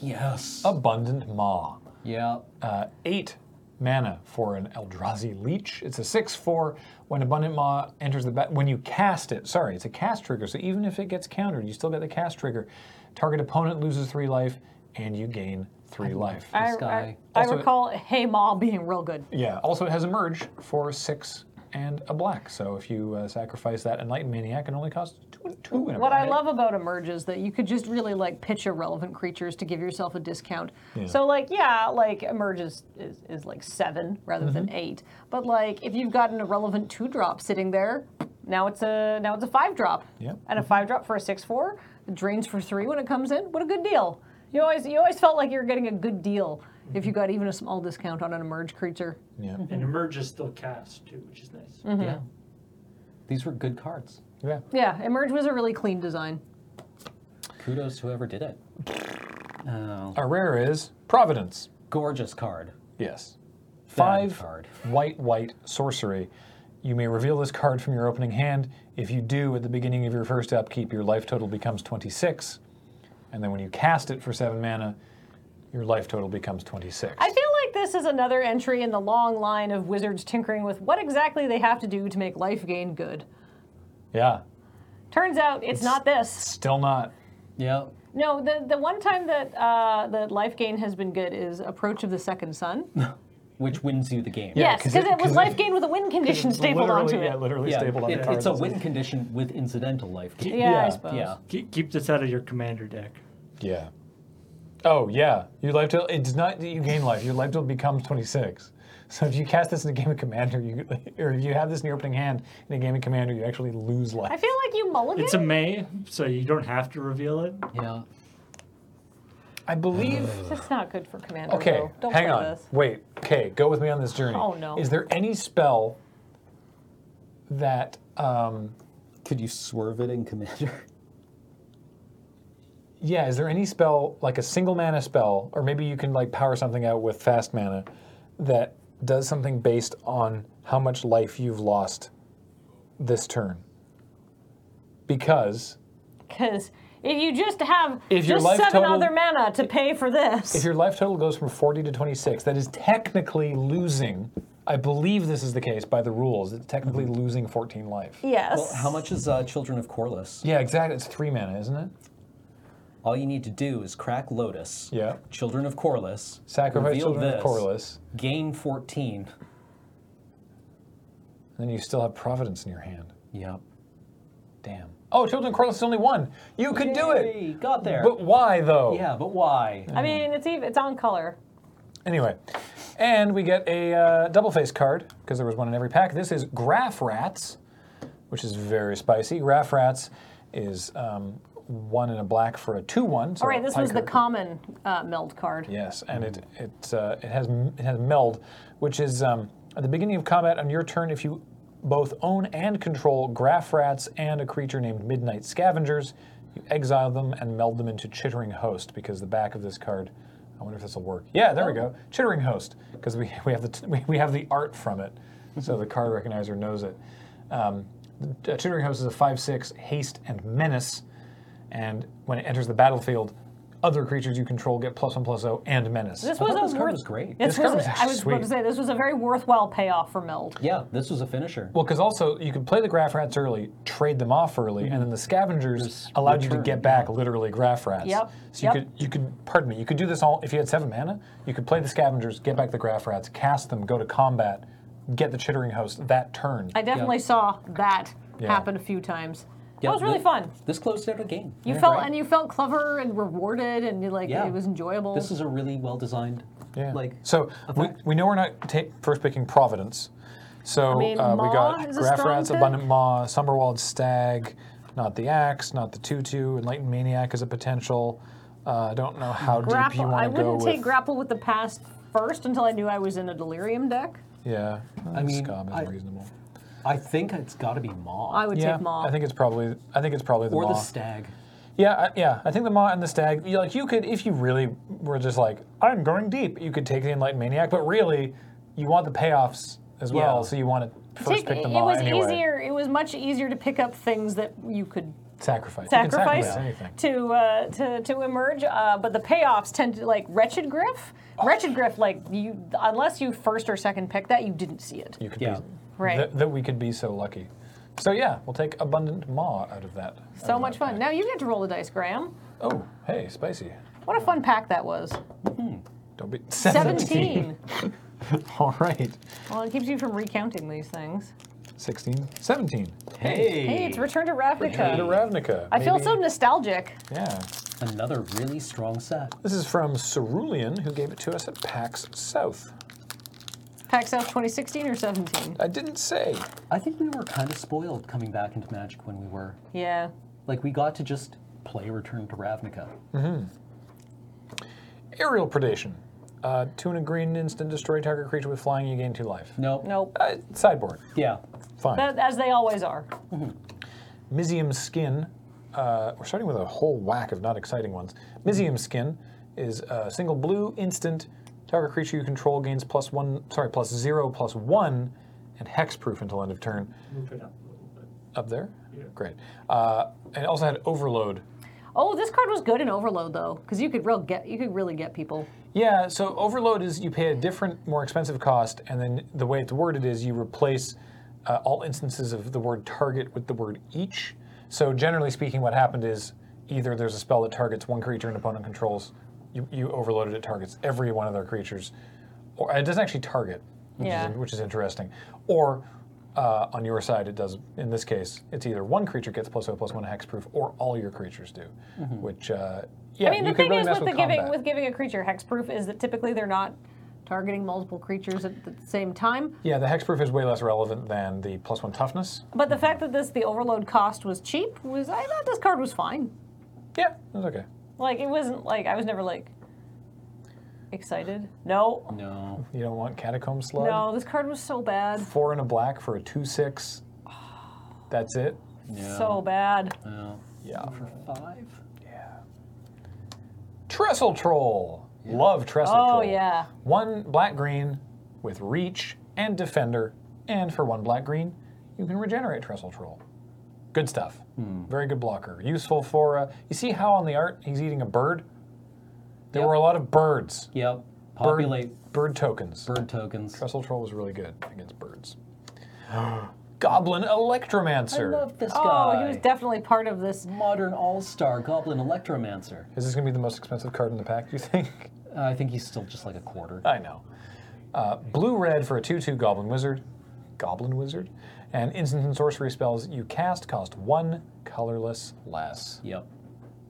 Yes. abundant ma, Oh, Yeah. uh, eight mana for an Eldrazi Leech. It's a 6 4. When Abundant Maw enters the ba- when you cast it, sorry, it's a cast trigger. So even if it gets countered, you still get the cast trigger. Target opponent loses 3 life, and you gain 3 life. I, I, guy. I Also- recall Hey Ma being real good. Yeah. Also, it has a merge for six and a black. So if you uh, sacrifice that enlightened maniac, it only costs two, two and a What I black. love about Emerge is that you could just really like pitch irrelevant creatures to give yourself a discount. So like yeah, like Emerge is, is, is like seven rather than eight. But like if you've got an irrelevant two drop sitting there, now it's a now it's a five drop. Yep. And a five drop for a six four it drains for three when it comes in. What a good deal. You always you always felt like you were getting a good deal if you got even a small discount on an Emerge creature. Yeah. And Emerge is still cast too, which is nice. Yeah. These were good cards. Yeah. Yeah, Emerge was a really clean design. Kudos to <laughs> whoever did it. Oh, Our rare is Providence. gorgeous card. Yes. Bad Five card. white, white sorcery. You may reveal this card from your opening hand. If you do, at the beginning of your first upkeep, your life total becomes 26. And then when you cast it for seven mana, your life total becomes 26. I feel like this is another entry in the long line of wizards tinkering with what exactly they have to do to make life gain good. yeah. Turns out it's, not this. Still not. Yeah. No, the, the one time that uh, that life gain has been good is Approach of the <laughs> Second Sun. Which wins you the game. Yeah, yes, 'cause because it- it, was <laughs> 'cause life it- gain with a win condition stapled onto Literally- Yeah, it. literally Yeah, stapled on it- the it's a cards. win condition with incidental life gain. Yeah, yeah, I suppose. yeah. Keep, keep this out of your commander deck. Yeah. Oh yeah, your life total. It's not that you gain life. Your life total becomes twenty six. So if you cast this in a game of Commander, you <laughs> or if you have this in your opening hand in a game of Commander, you actually lose I life. feel like you mulligan. It's a May, so you don't have to reveal it. Yeah. I believe. It's not good for Commander. Okay, though. Don't hang play on. this. Wait. Okay, go with me on this journey. Oh, no. Is there any spell that? Um, Could you swerve it in Commander? yeah. Is there any spell like a single mana spell, or maybe you can like power something out with fast mana that does something based on how much life you've lost this turn? Because Because if you just have If your just life seven total- other mana to pay for If this, your life total goes from 40 to 26, that is technically losing. I believe this is the case by the rules. It's technically losing 14 life. yes. Well, how much is uh, Children of Corliss? Yeah, exactly. It's three mana, isn't it? All you need to do is crack Lotus. Yeah. Children of Corliss. Sacrifice reveal Children this, of Corliss, Gain and 14. then you still have Providence in your hand. Yep. Damn. Oh, Children of Corliss is only one. You could do it. Yay, Got there. But why, though? yeah, but why? I mean, it's even, it's on color. Anyway, and we get a uh, double face card because there was one in every pack. This is Graph Rats, which is very spicy. Graph Rats is um, one in a black for a two-one. So All right, this was the Piker- common uh, meld card. Yes, and it it uh, it has it has meld, which is um, at the beginning of combat on your turn if you both own and control graph rats and a creature named Midnight Scavengers, you exile them and meld them into Chittering Host because the back of this card. I wonder if this will work. Yeah, there we go, Chittering Host because we, we have the t- we, we have the art from it, so the card recognizer knows it. Um, uh, Chittering Host is a five-six haste and menace and when it enters the battlefield, other creatures you control get plus one plus zero and menace. This I was thought a this card worth- was great. This This card was, was I was sweet. about to say this was a very worthwhile payoff for Meld. Yeah, this was a finisher. well, because also you could play the graph rats early, trade them off early, and then the scavengers Mm-hmm. Just allowed you to return, get back literally graph rats. Yep, So you yep. could you could pardon me, you could do this all if you had seven mana, you could play the scavengers, get back the graph rats, cast them, go to combat, get the chittering host that turn. I definitely saw that Yeah. happen a few times. Yeah, that was really thi- fun. This closed out a game. You Yeah. felt Right. and you felt clever and rewarded and you, like Yeah. it was enjoyable. This is a really well designed. yeah. Like so we, effect. we know we're not ta- first picking Providence. So I mean, uh, we Maw got is a Graph strong Rats, pick. Abundant Maw, Summerwald Stag, not the Axe, not the Tutu, Enlightened Maniac is a potential. Uh, I don't know how deep you grapple. I want to go wouldn't with. take grapple with the past first until I knew I was in a delirium deck. yeah, I mean, Scob is I- reasonable. I think it's got to be Maw. I would Yeah, take Maw. I think it's probably I think it's probably the or Maw. the Stag. yeah, I, yeah, I think the Maw and the Stag. You, like you could, if you really were just like I'm going deep, you could take the Enlightened Maniac, but really, you want the payoffs as well, Yeah. so you want to first Take- pick the it Maw was anyway. easier. It was much easier to pick up things that you could Sacrifice. You can sacrifice anything. to, uh, to to emerge. Uh, but the payoffs tend to like wretched griff. Oh. Wretched griff, like you, unless you first or second pick that, you didn't see it. You could Yeah. be, Right. That, that we could be so lucky. So yeah, we'll take abundant maw out of that. out So of much that fun. pack. Now you get to roll the dice, Graham. Oh, hey, spicy. What a fun pack that <laughs> was. Don't be Seventeen. <laughs> All right. well, it keeps you from recounting these things. 16. 17. Hey, Hey, it's Return to Return to Ravnica. Ravnica. I feel Maybe- so nostalgic. Yeah. another really strong set. This is from Cerulean, who gave it to us at PAX South. Pack South 2016 or 17? I didn't say. I think we were kind of spoiled coming back into Magic when we were Yeah. like we got to just play Return to Ravnica. Aerial predation. Uh, two and a green instant destroy target creature with flying, you gain two life. Nope. Nope. Uh, sideboard. Yeah. Fine. That, as they always are. Mizium Skin. Uh, we're starting with a whole whack of not exciting ones. Mizium Skin is a single blue instant. Target creature you control gains plus one, sorry, plus zero, plus one, and hexproof until end of turn. Move it up a little bit. Up there? Yeah. Great. Uh, and it also had Overload. Oh, this card was good in Overload though, because you could real get you could really get people. Yeah, so Overload is you pay a different, more expensive cost, and then the way it's worded is you replace uh, all instances of the word target with the word each. So generally speaking, what happened is either there's a spell that targets one creature an opponent controls, you, you overloaded it targets every one of their creatures, or it doesn't actually target, which, Yeah. is, which is interesting. Or uh, on your side, it does. In this case, it's either one creature gets plus O plus one hexproof, or all your creatures do, which uh, yeah, Mm-hmm. I mean, you the could thing really is mess with, with the giving combat. with giving a creature hexproof is that typically they're not targeting multiple creatures at the same time. Yeah, the hexproof is way less relevant than the plus one toughness. But the fact that this the overload cost was cheap was I thought this card was fine. Yeah, that's okay. Like it wasn't like I was never like excited. No, No. You don't want catacomb slug. no, this card was so bad, Four and a black for a two six. That's it. No. so bad. No. Yeah. For five. Trestle troll. Love trestle troll. Oh yeah, One black green with reach and defender, and for one black green, you can regenerate trestle troll. Good stuff. Very good blocker. Useful for. Uh, you see how on the art he's eating a bird. There Yep. were a lot of birds. Yep. Bird- Populate bird tokens. bird, tokens. Trestle Troll was really good against <gasps> birds. Goblin I Electromancer. love this oh, guy. he was definitely part of this. Modern all-star goblin electromancer. Is this going to be the most expensive card in the pack, do you think? Uh, I think he's still just like a quarter. <laughs> I know. Uh, blue red for a 2 2 Goblin Wizard. Goblin Wizard? And instant and sorcery spells you cast cost one colorless less. Yep.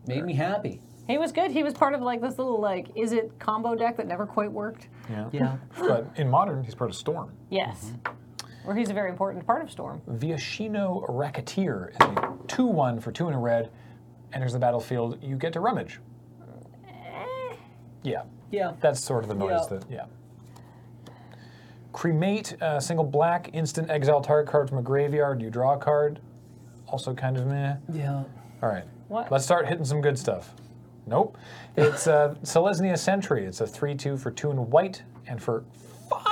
Made me happy. He was good. He was part of like this little like is it combo deck that never quite worked. Yeah. Yeah. But in modern, he's part of Storm. Yes. Mm-hmm. Or he's a very important part of Storm. Viashino Racketeer is a 2 1 for 2 and a red. Enters the battlefield, you get to rummage. Eh. Yeah, <laughs> Yeah. That's sort of the noise Yeah. that, yeah. Cremate, uh, single black, instant exile target card from a graveyard. You draw a card. Also kind of meh. Yeah. All right. What? Let's start hitting some good stuff. Nope. It's uh, Selesnya Sentry. It's a 3 2 for 2 and white, and for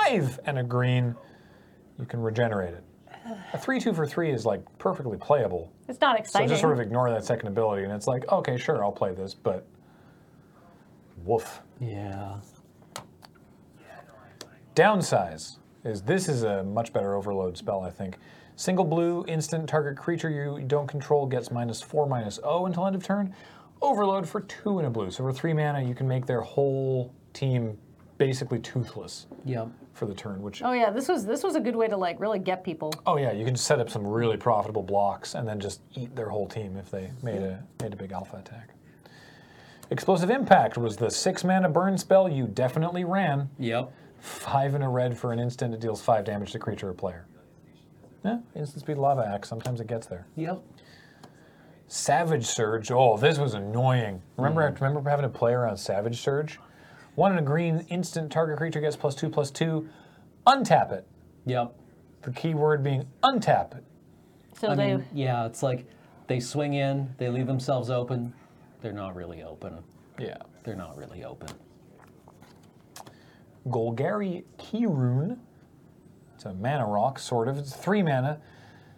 5 and a green, you can regenerate it. A 3 2 for 3 is like perfectly playable. It's not So exciting. just sort of ignore that second ability, and it's like, okay, sure, I'll play this, but. Woof. Yeah. Downsize is this is a much better overload spell, I think. Single blue, instant target creature you don't control gets minus four, minus O until end of turn. Overload for two in a blue. So for three mana, you can make their whole team basically toothless Yep. for the turn. Which oh yeah, this was this was a good way to like really get people. oh yeah, you can set up some really profitable blocks and then just eat their whole team if they made a made a big alpha attack. Explosive impact was the six mana burn spell you definitely ran. Yep. five and a red for an instant. It deals five damage to creature or player. Yeah, instant speed lava axe. Sometimes it gets there. Yep. Savage surge. Oh, this was annoying. Remember, remember having to play around Savage surge. One in a green instant target creature gets plus two plus two. Untap it. Yep. The key word being untap it. So I they mean, yeah, it's like they swing in, they leave themselves open. They're not really open. Yeah. They're not really open. Golgari Kirun. It's a mana rock, sort of. It's three mana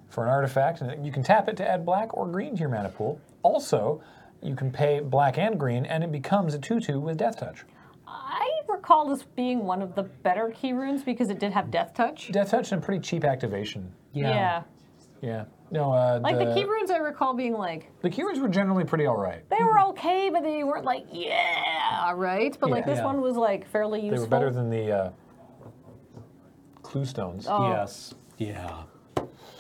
for an artifact, and you can tap it to add black or green to your mana pool. Also, you can pay black and green, and it becomes a 2 2 with Death Touch. I recall this being one of the better key runes because it did have Death Touch. Death Touch and pretty cheap activation. Yeah. Yeah. No, uh, Like the, key runes, I recall being like the key runes were generally pretty all right. they Hmm. were okay, but they weren't like yeah, right. But like Yeah. this Yeah. one was like fairly They useful. were better than the uh, clue stones. Oh. Yes. Yeah.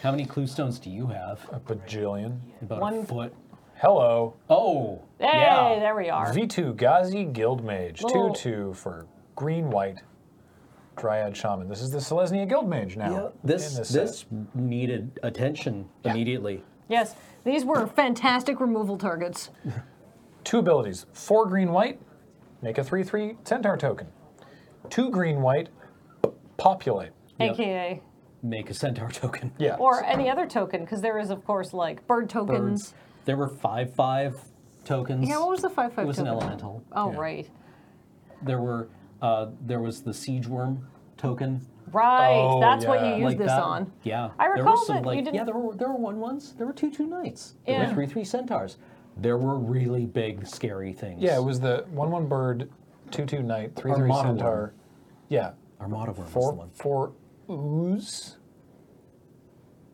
How many clue stones do you have? A bajillion. About a One- foot. Hello, Oh. hey, yeah. there we are. V2 Ghazi Guildmage. 2 Little- 2 for green white Dryad Shaman. This is the Selesnya Guildmage now. Yeah, in This this set. this needed attention immediately. Yes, these were fantastic removal targets. Two abilities. Four green white, make a 3 3 centaur token. Two green white, populate. Yep. AKA Make <laughs> a centaur token. Yeah. or any other token, because there is of course like bird tokens. Birds. There were five five tokens. Yeah, what was the five five? it was an token? elemental. Oh Yeah. right, There were uh, there was the siege worm token. right. Oh, That's what you yeah. used like this that. on. Yeah. I there recall were some, that you like, Yeah, didn't- there were there were one ones. There were two two knights. There Yeah. were three three centaurs. There were really big scary things. Yeah, it was the 1 1 bird, 2 2 knight, 3 Or 3 model centaur. Yeah. Armada worm was the Four, one. four ooze.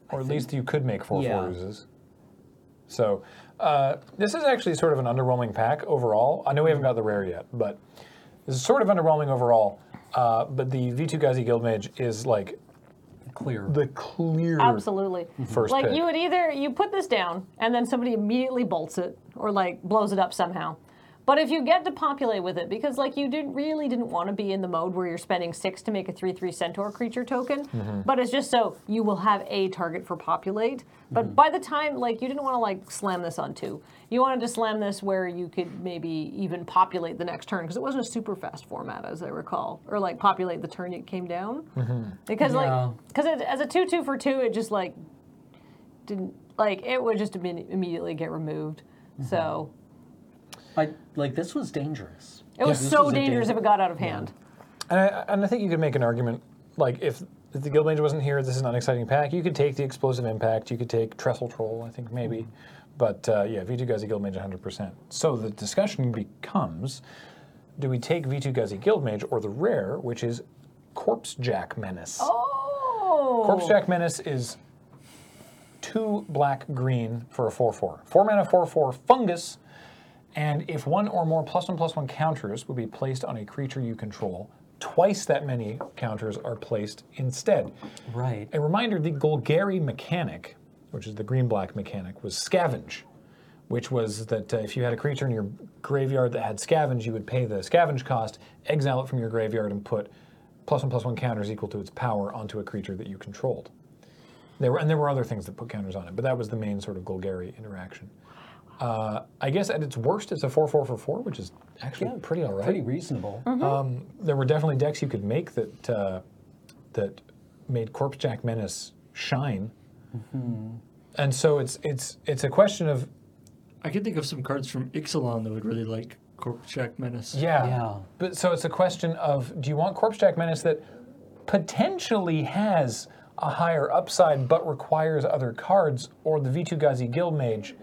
Or at least you could make four Yeah. four oozes. So uh, this is actually sort of an underwhelming pack overall. I know we haven't got the rare yet, but this is sort of underwhelming overall. Uh, but the V2 Ghazi Guildmage is like Clear. the clear Absolutely. Mm-hmm. first Like pick. you would either you put this down and then somebody immediately bolts it or like blows it up somehow. But if you get to populate with it, because like you didn't really didn't want to be in the mode where you're spending six to make a three three centaur creature token, Mm-hmm. but it's just so you will have a target for populate. But Mm-hmm. by the time like you didn't want to like slam this on two, you wanted to slam this where you could maybe even populate the next turn because it wasn't a super fast format as I recall, or like populate the turn it came down because Yeah. like because as a two two for two it just like didn't like it would just imme- immediately get removed Mm-hmm. so I like this was dangerous. it was This so was a dangerous dan- if it got out of hand And I, and I think you could make an argument, like if, if the Guildmage wasn't here, this is an unexciting pack. You could take the Explosive Impact. You could take Trestle Troll. I think maybe, but uh, yeah, V2 Guzzi Guildmage 100%. So the discussion becomes: Do we take V2 Guzzi Guildmage or the rare, which is Corpse Jack Menace? oh Corpse Jack Menace is two black green for a 4 4. 4 mana 4 4 fungus, and if one or more plus 1 plus 1 counters would be placed on a creature you control, twice that many counters are placed instead. Right. A reminder the Golgari mechanic, which is the green black mechanic, was scavenge, which was that uh, if you had a creature in your graveyard that had scavenge, you would pay the scavenge cost, exile it from your graveyard, and put plus one plus one counters equal to its power onto a creature that you controlled. There were, and there were other things that put counters on it, but that was the main sort of Golgari interaction. Uh, I guess at its worst, it's a 4 4 for 4, which is actually pretty all right Pretty reasonable. Mm-hmm. there were definitely decks you could make that uh, that made Corpse Jack Menace shine. Mm-hmm. And so it's it's it's a question of I could think of some cards from Ixalan that would really like Corp Check Menace. yeah, Yeah. But so it's a question of do you want Corpse Jack Menace that potentially has a higher upside but requires other cards, or the V2 Ghazi Guildmage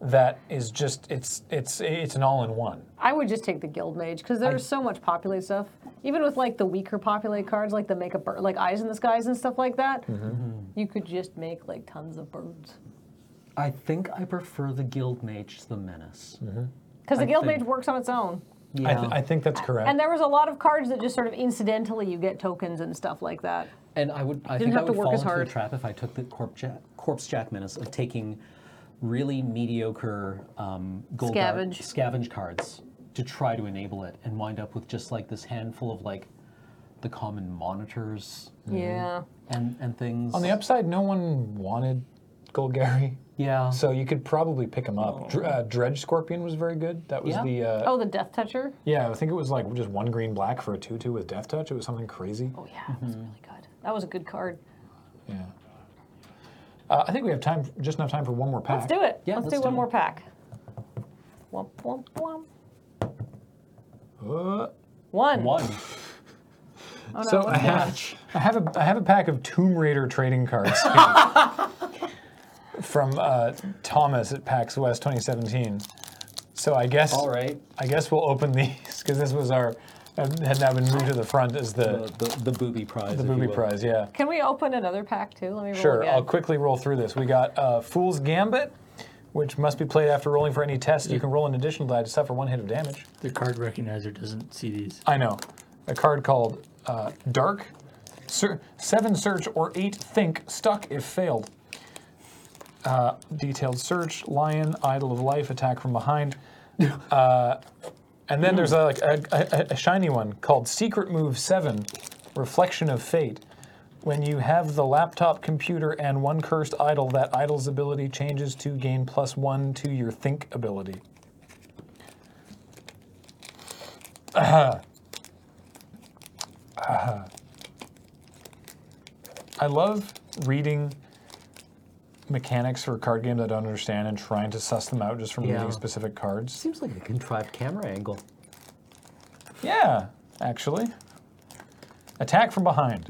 that is just it's it's it's an all in one. i would just take the guild mage because there's so much populate stuff even with like the weaker populate cards like the make a bird like eyes in the skies and stuff like that Mm-hmm. you could just make like tons of birds I think I prefer the guild mage to the menace. because the I guild think- mage works on its own Yeah. Mm-hmm. I, th- I think that's correct. and there was a lot of cards that just sort of incidentally you get tokens and stuff like that And I would. I Didn't think have I to would work fall as into hard. the trap if I took the corp jack, corpse jack menace of taking really mediocre um, gold bar- Scavenge. scavenge cards to try to enable it, and wind up with just like this handful of like the common monitors yeah and and things. on the upside, no one wanted Golgari. yeah. So you could probably pick them up. Dr- uh, Dredge Scorpion was very good. That was Oh. Yeah. the uh, oh the death toucher yeah. I think it was like just one green black for a two-two with Death Touch. It was something crazy. Oh yeah, that was really good. That was a good card. Yeah. Uh, I think we have time, just enough time for one more pack. Let's do it. Yeah, let's, let's do, do one it. more pack. Womp womp womp. Uh, One. Oh, one. <laughs> so I have, I have a I have a pack of Tomb Raider trading cards. here. from uh, Thomas at PAX West 2017. So I guess All right. I guess we'll open these <laughs> because this was our had now been moved to the front as The, the the, the booby prize. the if you booby will. prize. Yeah. Can we open another pack too? Let me roll Sure, again. I'll quickly roll through this. We got uh, Fool's Gambit, which must be played after rolling for any test. You can roll an additional die to suffer one hit of damage. The card recognizer doesn't see these. I know. A card called uh, Dark. Ser- seven search or eight think, stuck if failed. Uh, detailed search, lion, idol of life, attack from behind. Uh, and then there's a, like a, a, a shiny one called Secret Move 7, Reflection of Fate. When you have the laptop computer and one cursed idol, that idol's ability changes to gain plus one to your think ability. I love reading mechanics for card games I don't understand and trying to suss them out just from Yeah. reading specific cards. Seems like a contrived camera angle. Yeah, actually. Attack from behind.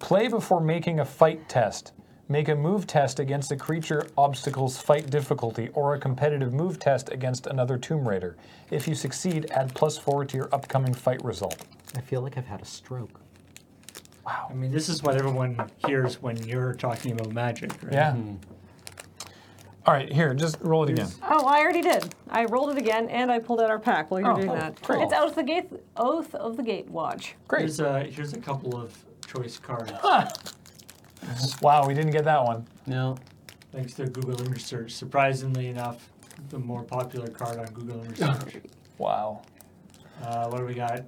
Play before making a fight test. Make a move test against a creature obstacle's fight difficulty or a competitive move test against another Tomb Raider. If you succeed, add plus four to your upcoming fight result. I feel like I've had a stroke. I mean, this is what everyone hears when you're talking about magic, right? Yeah. All right, here, just roll it again. Oh, I already did. I rolled it again, and I pulled out our pack while you're Oh, doing oh, that. great. It's out of the gate, oath of the gate watch. Great. Here's a, here's a couple of choice cards. Wow, we didn't get that one. No. Thanks to Google Image Search. Surprisingly enough, the more popular card on Google <laughs> Image Search. Wow. uh, what do we got?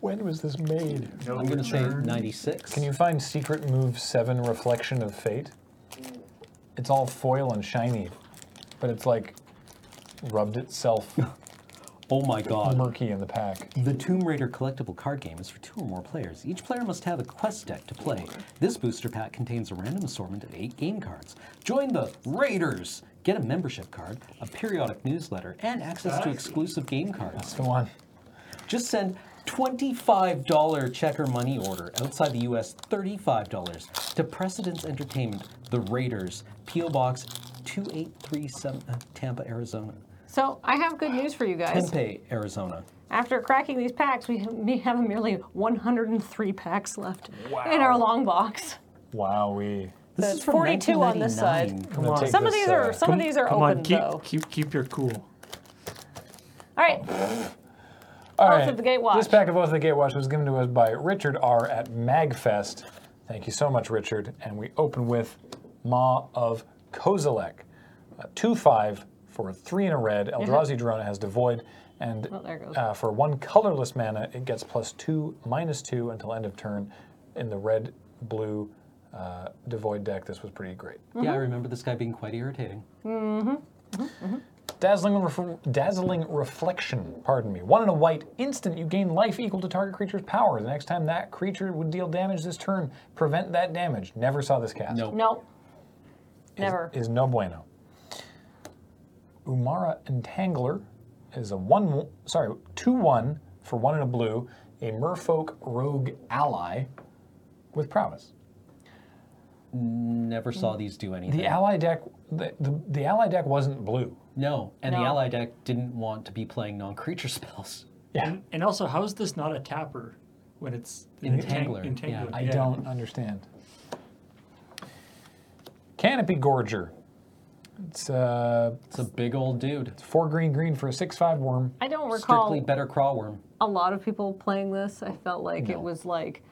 When was this made? No I'm going to say return. 96. Can you find Secret Move 7 Reflection of Fate? It's all foil and shiny, but it's like rubbed itself Oh my god. murky in the pack. The Tomb Raider collectible card game is for two or more players. Each player must have a quest deck to play. This booster pack contains a random assortment of eight game cards. Join the Raiders! Get a membership card, a periodic newsletter, and access to exclusive game cards. It's the one. Just send $25 checker money order outside the US, $35 to Precedence Entertainment, The Raiders, P.O. Box 2837, uh, Tampa, Arizona. So I have good news for you guys. Tempe, Arizona. After cracking these packs, we have- we have merely 103 packs left in our long box. Wowee. This That's is from 42 on this 1999. side. I'm gonna on. take Some of this, these uh, are some of these are Come open on, keep, though. keep keep your cool. All right, all Oath of the Gate Watch. This pack of Oath of the Gate Watch was given to us by Richard R. at MagFest. Thank you so much, Richard. And we open with Ma of Kozilek. A 2 5 for a 3 and a red. Eldrazi Drona has Devoid. And Oh, there it goes. uh, for one colorless mana, it gets plus 2, minus 2 until end of turn. In the red blue uh, Devoid deck, this was pretty great. Yeah, I remember this guy being quite irritating. Dazzling, ref- dazzling reflection. Pardon me. One in a white instant. You gain life equal to target creature's power. The next time that creature would deal damage this turn, prevent that damage. Never saw this cast. No. no, never. Is no bueno. Umara Entangler is a one. Sorry, two one for one in a blue. A Merfolk Rogue ally with prowess. Never saw these do anything. The ally deck. The, the, the ally deck wasn't blue. no, and No. the ally deck didn't want to be playing non-creature <laughs> spells. Yeah. And, and also, how is this not a tapper when it's Entangler, Entang- yeah. entangler, I don't understand. Canopy Gorger. It's uh, It's a big old dude. four green green for a six five worm. I don't recall Strictly better crawworm. a lot of people playing this. I felt like it was like,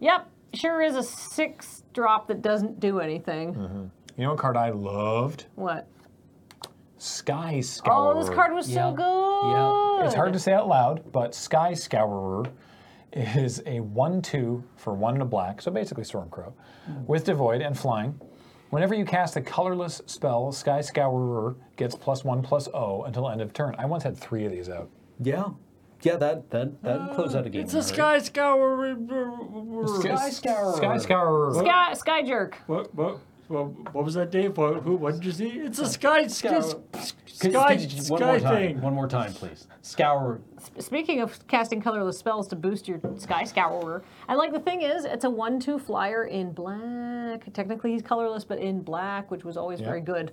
yep, sure is a six drop that doesn't do anything. You know what card I loved? What? Sky Oh, Scourer. this card was Yeah. so good. Yeah. It's hard to say out loud, but Sky Scourer is a 1 2 for 1 and a black, so basically Stormcrow, with Devoid and Flying. Whenever you cast a colorless spell, Sky Scourer gets plus 1 plus 0 until end of turn. I once had three of these out. Yeah, yeah, that that that closed out a game. It's a sky scour. Sky Scourer. Sky Scourer. Sky, sky jerk. What what Well, what was that, Dave? What, who, what did you see? It's a sky, sky, Scour- Could- sky, could you- one sky more time. thing. One more time, please. Scour. Speaking of casting colorless spells to boost your Sky Scourer, and like the thing is, it's a one-two flyer in black. Technically, he's colorless, but in black, which was always Yeah. very good.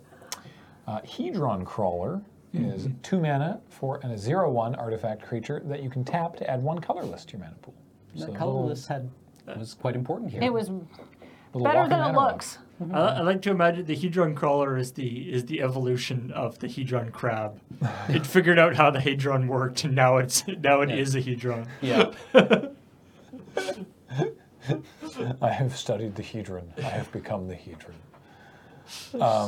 Uh, Hedron Crawler is two mana for and a zero one artifact creature that you can tap to add one colorless to your mana pool. So a That little- colorless had was quite important here. It was little better walking than it mana roll. looks. I, I like to imagine the hedron crawler is the is the evolution of the <laughs> hedron crab. it figured out how the hedron worked, and now it's now it Yeah. is a hedron. yeah. <laughs> I have studied the Hedron. I have become the Hedron.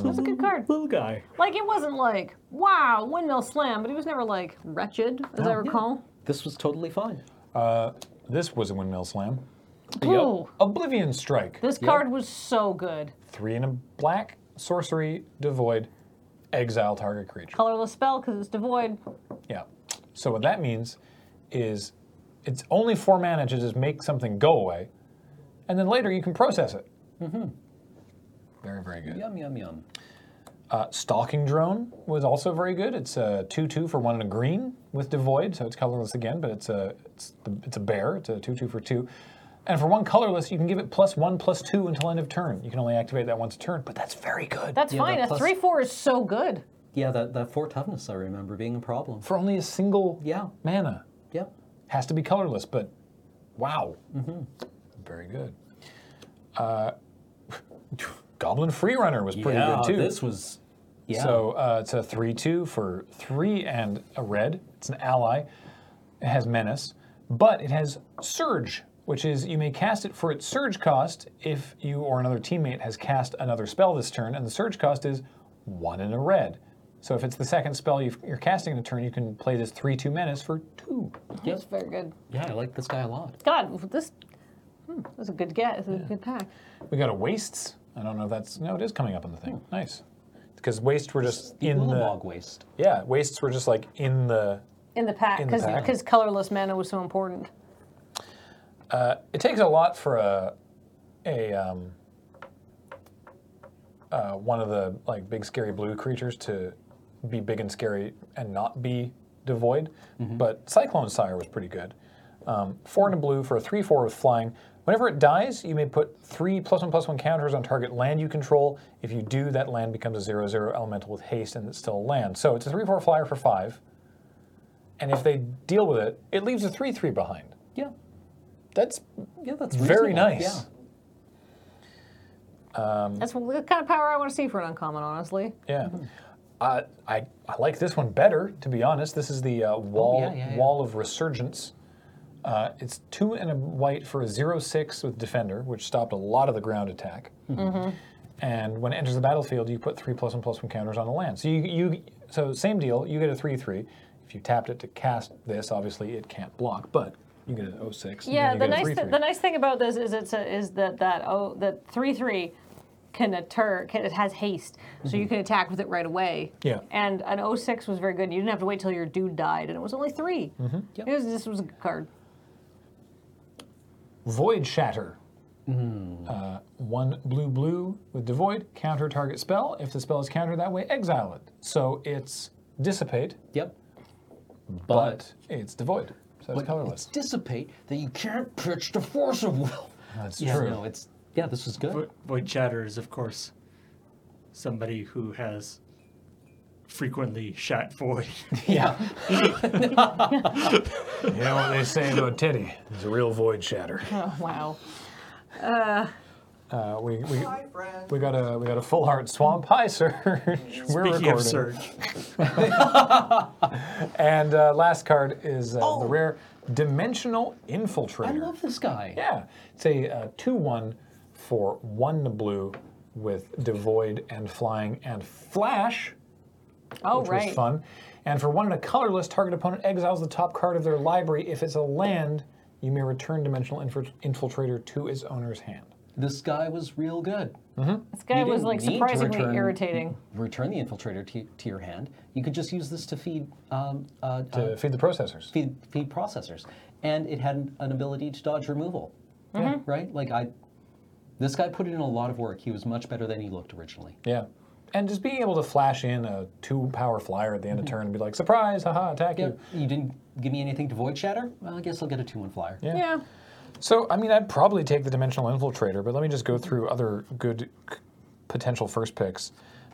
That's a good card. Little guy. Like it wasn't like wow, windmill slam, but it was never like wretched, as I recall. This was totally fine. This was a windmill slam. Ooh. Oblivion Strike. This card was so good. Three in a black sorcery, devoid, exile target creature. Colorless spell because it's devoid. Yeah. So what that means is it's only four mana to just make something go away, and then later you can process it. Mm-hmm. Very, very good. Yum yum yum. Uh, Stalking Drone was also very good. It's a 2 2 for 1 and a green with Devoid, so it's colorless again, but it's a, it's, the, it's a bear. It's a 2 2 for 2. And for one colorless, you can give it plus 1 plus 2 until end of turn. You can only activate that once a turn, but that's very good. That's Yeah, fine. that A plus- three four is so good. Yeah, that, that four toughness I remember being a problem. for only a single Yeah. mana. Yep. has to be colorless, but wow. Mm-hmm. Very good. Uh, <laughs> Goblin Free Runner was pretty yeah, good too. This was. Yeah. So uh, it's a 3 2 for 3 and a red. It's an ally. It has Menace, but it has Surge, which is you may cast it for its Surge cost if you or another teammate has cast another spell this turn, and the Surge cost is 1 and a red. So if it's the second spell you've, you're casting in a turn, you can play this 3 2 Menace for 2. Yep. It's very good. Yeah, I like this guy a lot. God, this hmm, was a good get. It's a good pack. We got a wastes. I don't know if that's no. It is coming up on the thing. Nice, because wastes were just The in the Ulamog waste. yeah. Wastes were just like in the. In the pack, In the because pack. because colorless mana was so important. It takes a lot for a a um, uh, one of the like big scary blue creatures to be big and scary and not be devoid. But Cyclone Sire was pretty good. Um, four and a blue for a three four with flying. Whenever it dies, you may put three plus one plus one counters on target land you control. If you do, that land becomes a zero zero elemental with haste, and it's still a land. So it's a three four flyer for five. And if they deal with it, it leaves a three three behind. Yeah. That's Yeah, that's very reasonable. nice. Yeah. Mm-hmm. That's the kind of power I want to see for an uncommon, honestly. Yeah. I, I, I like this one better, to be honest. This is the uh, wall Oh, yeah, yeah, yeah. wall of resurgence. Uh, it's two and a white for a zero six with defender, which stopped a lot of the ground attack. Mm-hmm. And when it enters the battlefield, you put three plus one plus one counters on the land. So you, you so same deal. You get a three three. If you tapped it to cast this, obviously it can't block, but you get an 06. and then Yeah, you the get a nice 3-3. th- the nice thing about this is it's a, is that that oh that three three can deter can, it has haste, so Mm-hmm. you can attack with it right away. Yeah. And an 06 was very good. You didn't have to wait till your dude died, and it was only 3 Yep. Mm-hmm. It was, this was a good card. Void Shatter. Uh, one blue blue with Devoid, counter target spell. If the spell is countered that way, exile it. So it's Dissipate, Yep. but, it's Devoid. So it's But colorless. it's dissipate that you can't pitch the force of will. That's <laughs> Yeah, true. no, it's yeah, this is good. Vo- Void chatter is, of course, somebody who has frequently shat void. yeah. <laughs> you know what they say about Teddy? He's a real Void Shatter. Oh, <laughs> wow. Uh, we, we, we, got a, we got a full heart swamp. Hi, Surge. <laughs> We're Speaking recording. of surge, And uh, last card is uh, the rare Dimensional Infiltrator. I love this guy. Yeah, it's a uh, two-one for one to blue with devoid and flying and flash, Oh, which right. was fun. And for one and a colorless, target opponent exiles the top card of their library. If it's a land, you may return Dimensional Infil- Infiltrator to its owner's hand. This guy was real good. This guy You was didn't like need to surprisingly return- irritating. Return the infiltrator to, to your hand. You could just use this to feed um, uh, uh, Uh, feed the processors. feed, feed Mm-hmm. processors, and it had an, an ability to dodge removal. Right? Like I, This guy put in a lot of work. He was much better than he looked originally. Yeah. And just being able to flash in a two power flyer at the end Mm-hmm. of turn and be like, surprise, haha, attack Yep. you. You didn't give me anything to void shatter? Well, I guess I'll get a 2 1 flyer. Yeah. Yeah. So, I mean, I'd probably take the Dimensional Infiltrator, but let me just go through other good c- potential first picks.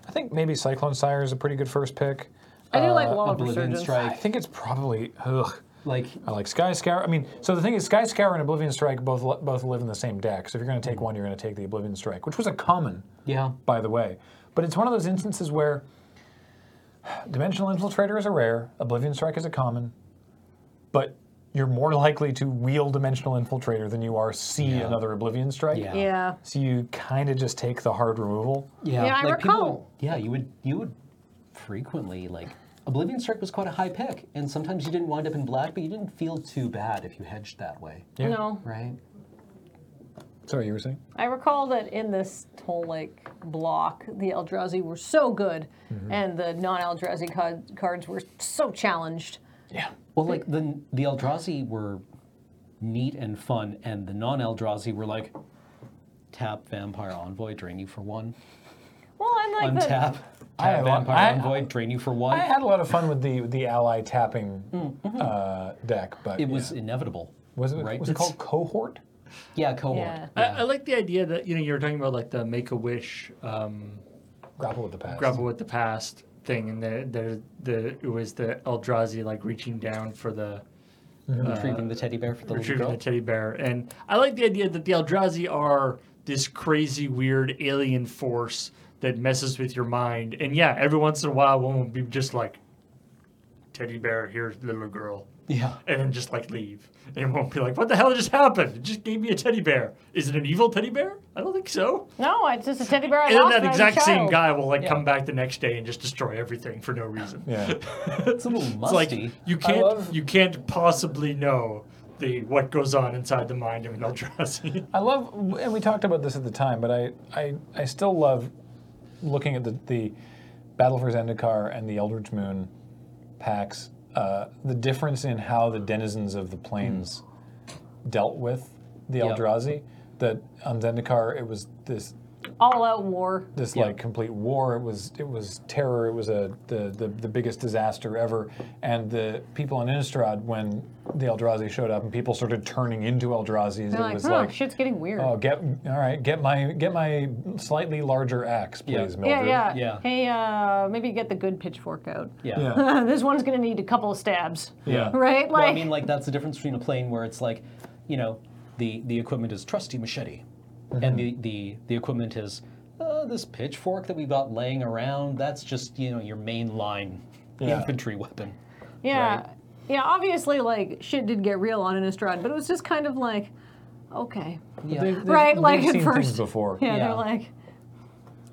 I think maybe Cyclone Sire is a pretty good first pick. I do like Uh, Wall of Oblivion Resurgence. I Strike. think it's probably, ugh. Like, I like Sky Scour. I mean, so the thing is, Sky Scour and Oblivion Strike both li- both live in the same deck. So if you're going to take one, you're going to take the Oblivion Strike, which was a common, yeah. by the way. But it's one of those instances where Dimensional Infiltrator is a rare, Oblivion Strike is a common, but you're more likely to wield Dimensional Infiltrator than you are see another Oblivion Strike. Yeah. Yeah. So you kind of just take the hard removal. Yeah, Yeah, I like recall. people. Yeah, you would you would frequently like Oblivion Strike was quite a high pick, and sometimes you didn't wind up in black, but you didn't feel too bad if you hedged that way, Yeah. No. right? Sorry, you were saying? I recall that in this whole like block, the Eldrazi were so good, Mm-hmm. and the non-Eldrazi card- cards were so challenged. Yeah. Well, like the the Eldrazi were neat and fun, and the non Eldrazi were like tap Vampire Envoy, drain you for one, Well, and untap. like I Tap have- Vampire I- Envoy, drain you for one. I had a lot of fun with the the ally tapping uh, deck, but it was yeah. inevitable. was it right? was it called cohort? Yeah, cohort. Yeah. I, I like the idea that you know you were talking about like the make a wish um, Grapple with the past. grapple with the past thing, and the, the the it was the Eldrazi like reaching down for the retrieving the teddy bear for the little Uh, retrieving girl. the teddy bear, and I like the idea that the Eldrazi are this crazy, weird alien force that messes with your mind, and yeah, every once in a while one will be just like, teddy bear, here's little girl. yeah. and then just like leave. And it won't be like, what the hell just happened? It just gave me a teddy bear. Is it an evil teddy bear? I don't think so. no, it's just a teddy bear. I And then lost that when I was a exact same child. guy will like Yeah. come back the next day and just destroy everything for no reason. Yeah. It's a little It's like musty. you can't love- you can't possibly know the what goes on inside the mind of an <laughs> Eldrazi. I love, and we talked about this at the time, but I, I, I still love looking at the, the Battle for Zendikar and the Eldritch Moon packs, uh, the difference in how the denizens of the plains dealt with the Yep. Eldrazi. That on Zendikar, it was this All out war. this Yeah. like complete war. It was it was terror. It was a the, the the biggest disaster ever. And the people on Innistrad, when the Eldrazi showed up and people started turning into Eldrazi's, They're it like, was huh, like shit's getting weird. Oh, get all right. Get my get my slightly larger axe, Yeah. please, yeah, Mildred. yeah, Yeah. Hey, uh, maybe get the good pitchfork out. yeah. <laughs> <laughs> this one's gonna need a couple of stabs, Yeah. right? Like, Well, I mean, like that's the difference between a plane where it's like, you know, the the equipment is trusty machete, and the the the equipment is uh, this pitchfork that we've got laying around. That's just you know your main line Yeah. infantry weapon. Yeah. Right. Yeah, obviously, like, shit did get real on Innistrad, but it was just kind of like, okay. Yeah. They've- they've- Right, like they've at seen things first. before. Yeah, Yeah. they're like,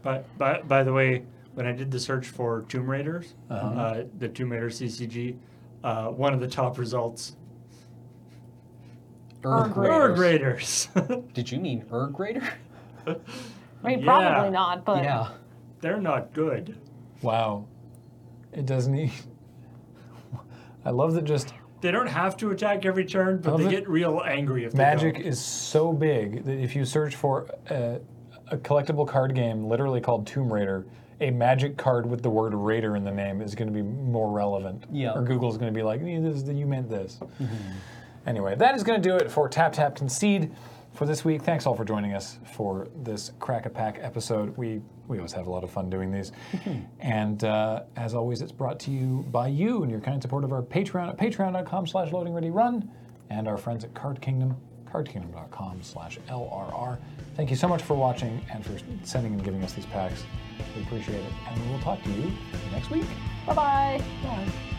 But by, by the way, when I did the search for Tomb Raiders, uh Uh-huh. the Tomb Raider CCG, uh, one of the top results. Erg Bird raiders. Raiders. <laughs> Did you mean erg raider? I mean, Yeah. probably not, but yeah. They're not good. Wow, it doesn't. e- <laughs> I love that. Just They don't have to attack every turn, but Love they it. get real angry if they magic don't. is so big that if you search for a, a collectible card game, literally called Tomb Raider, a magic card with the word Raider in the name is going to be more relevant. Yeah. Or Google's going to be like, "Eh, this is the, you meant this. Anyway, that is going to do it for Tap Tap Concede for this week. Thanks all for joining us for this Crack a Pack episode. We we always have a lot of fun doing these. and uh, as always, it's brought to you by you and your kind support of our Patreon at patreon.com slash loading ready run and our friends at Card Kingdom, cardkingdom.com slash LRR. Thank you so much for watching and for sending and giving us these packs. We appreciate it. And we will talk to you next week. bye bye. Bye.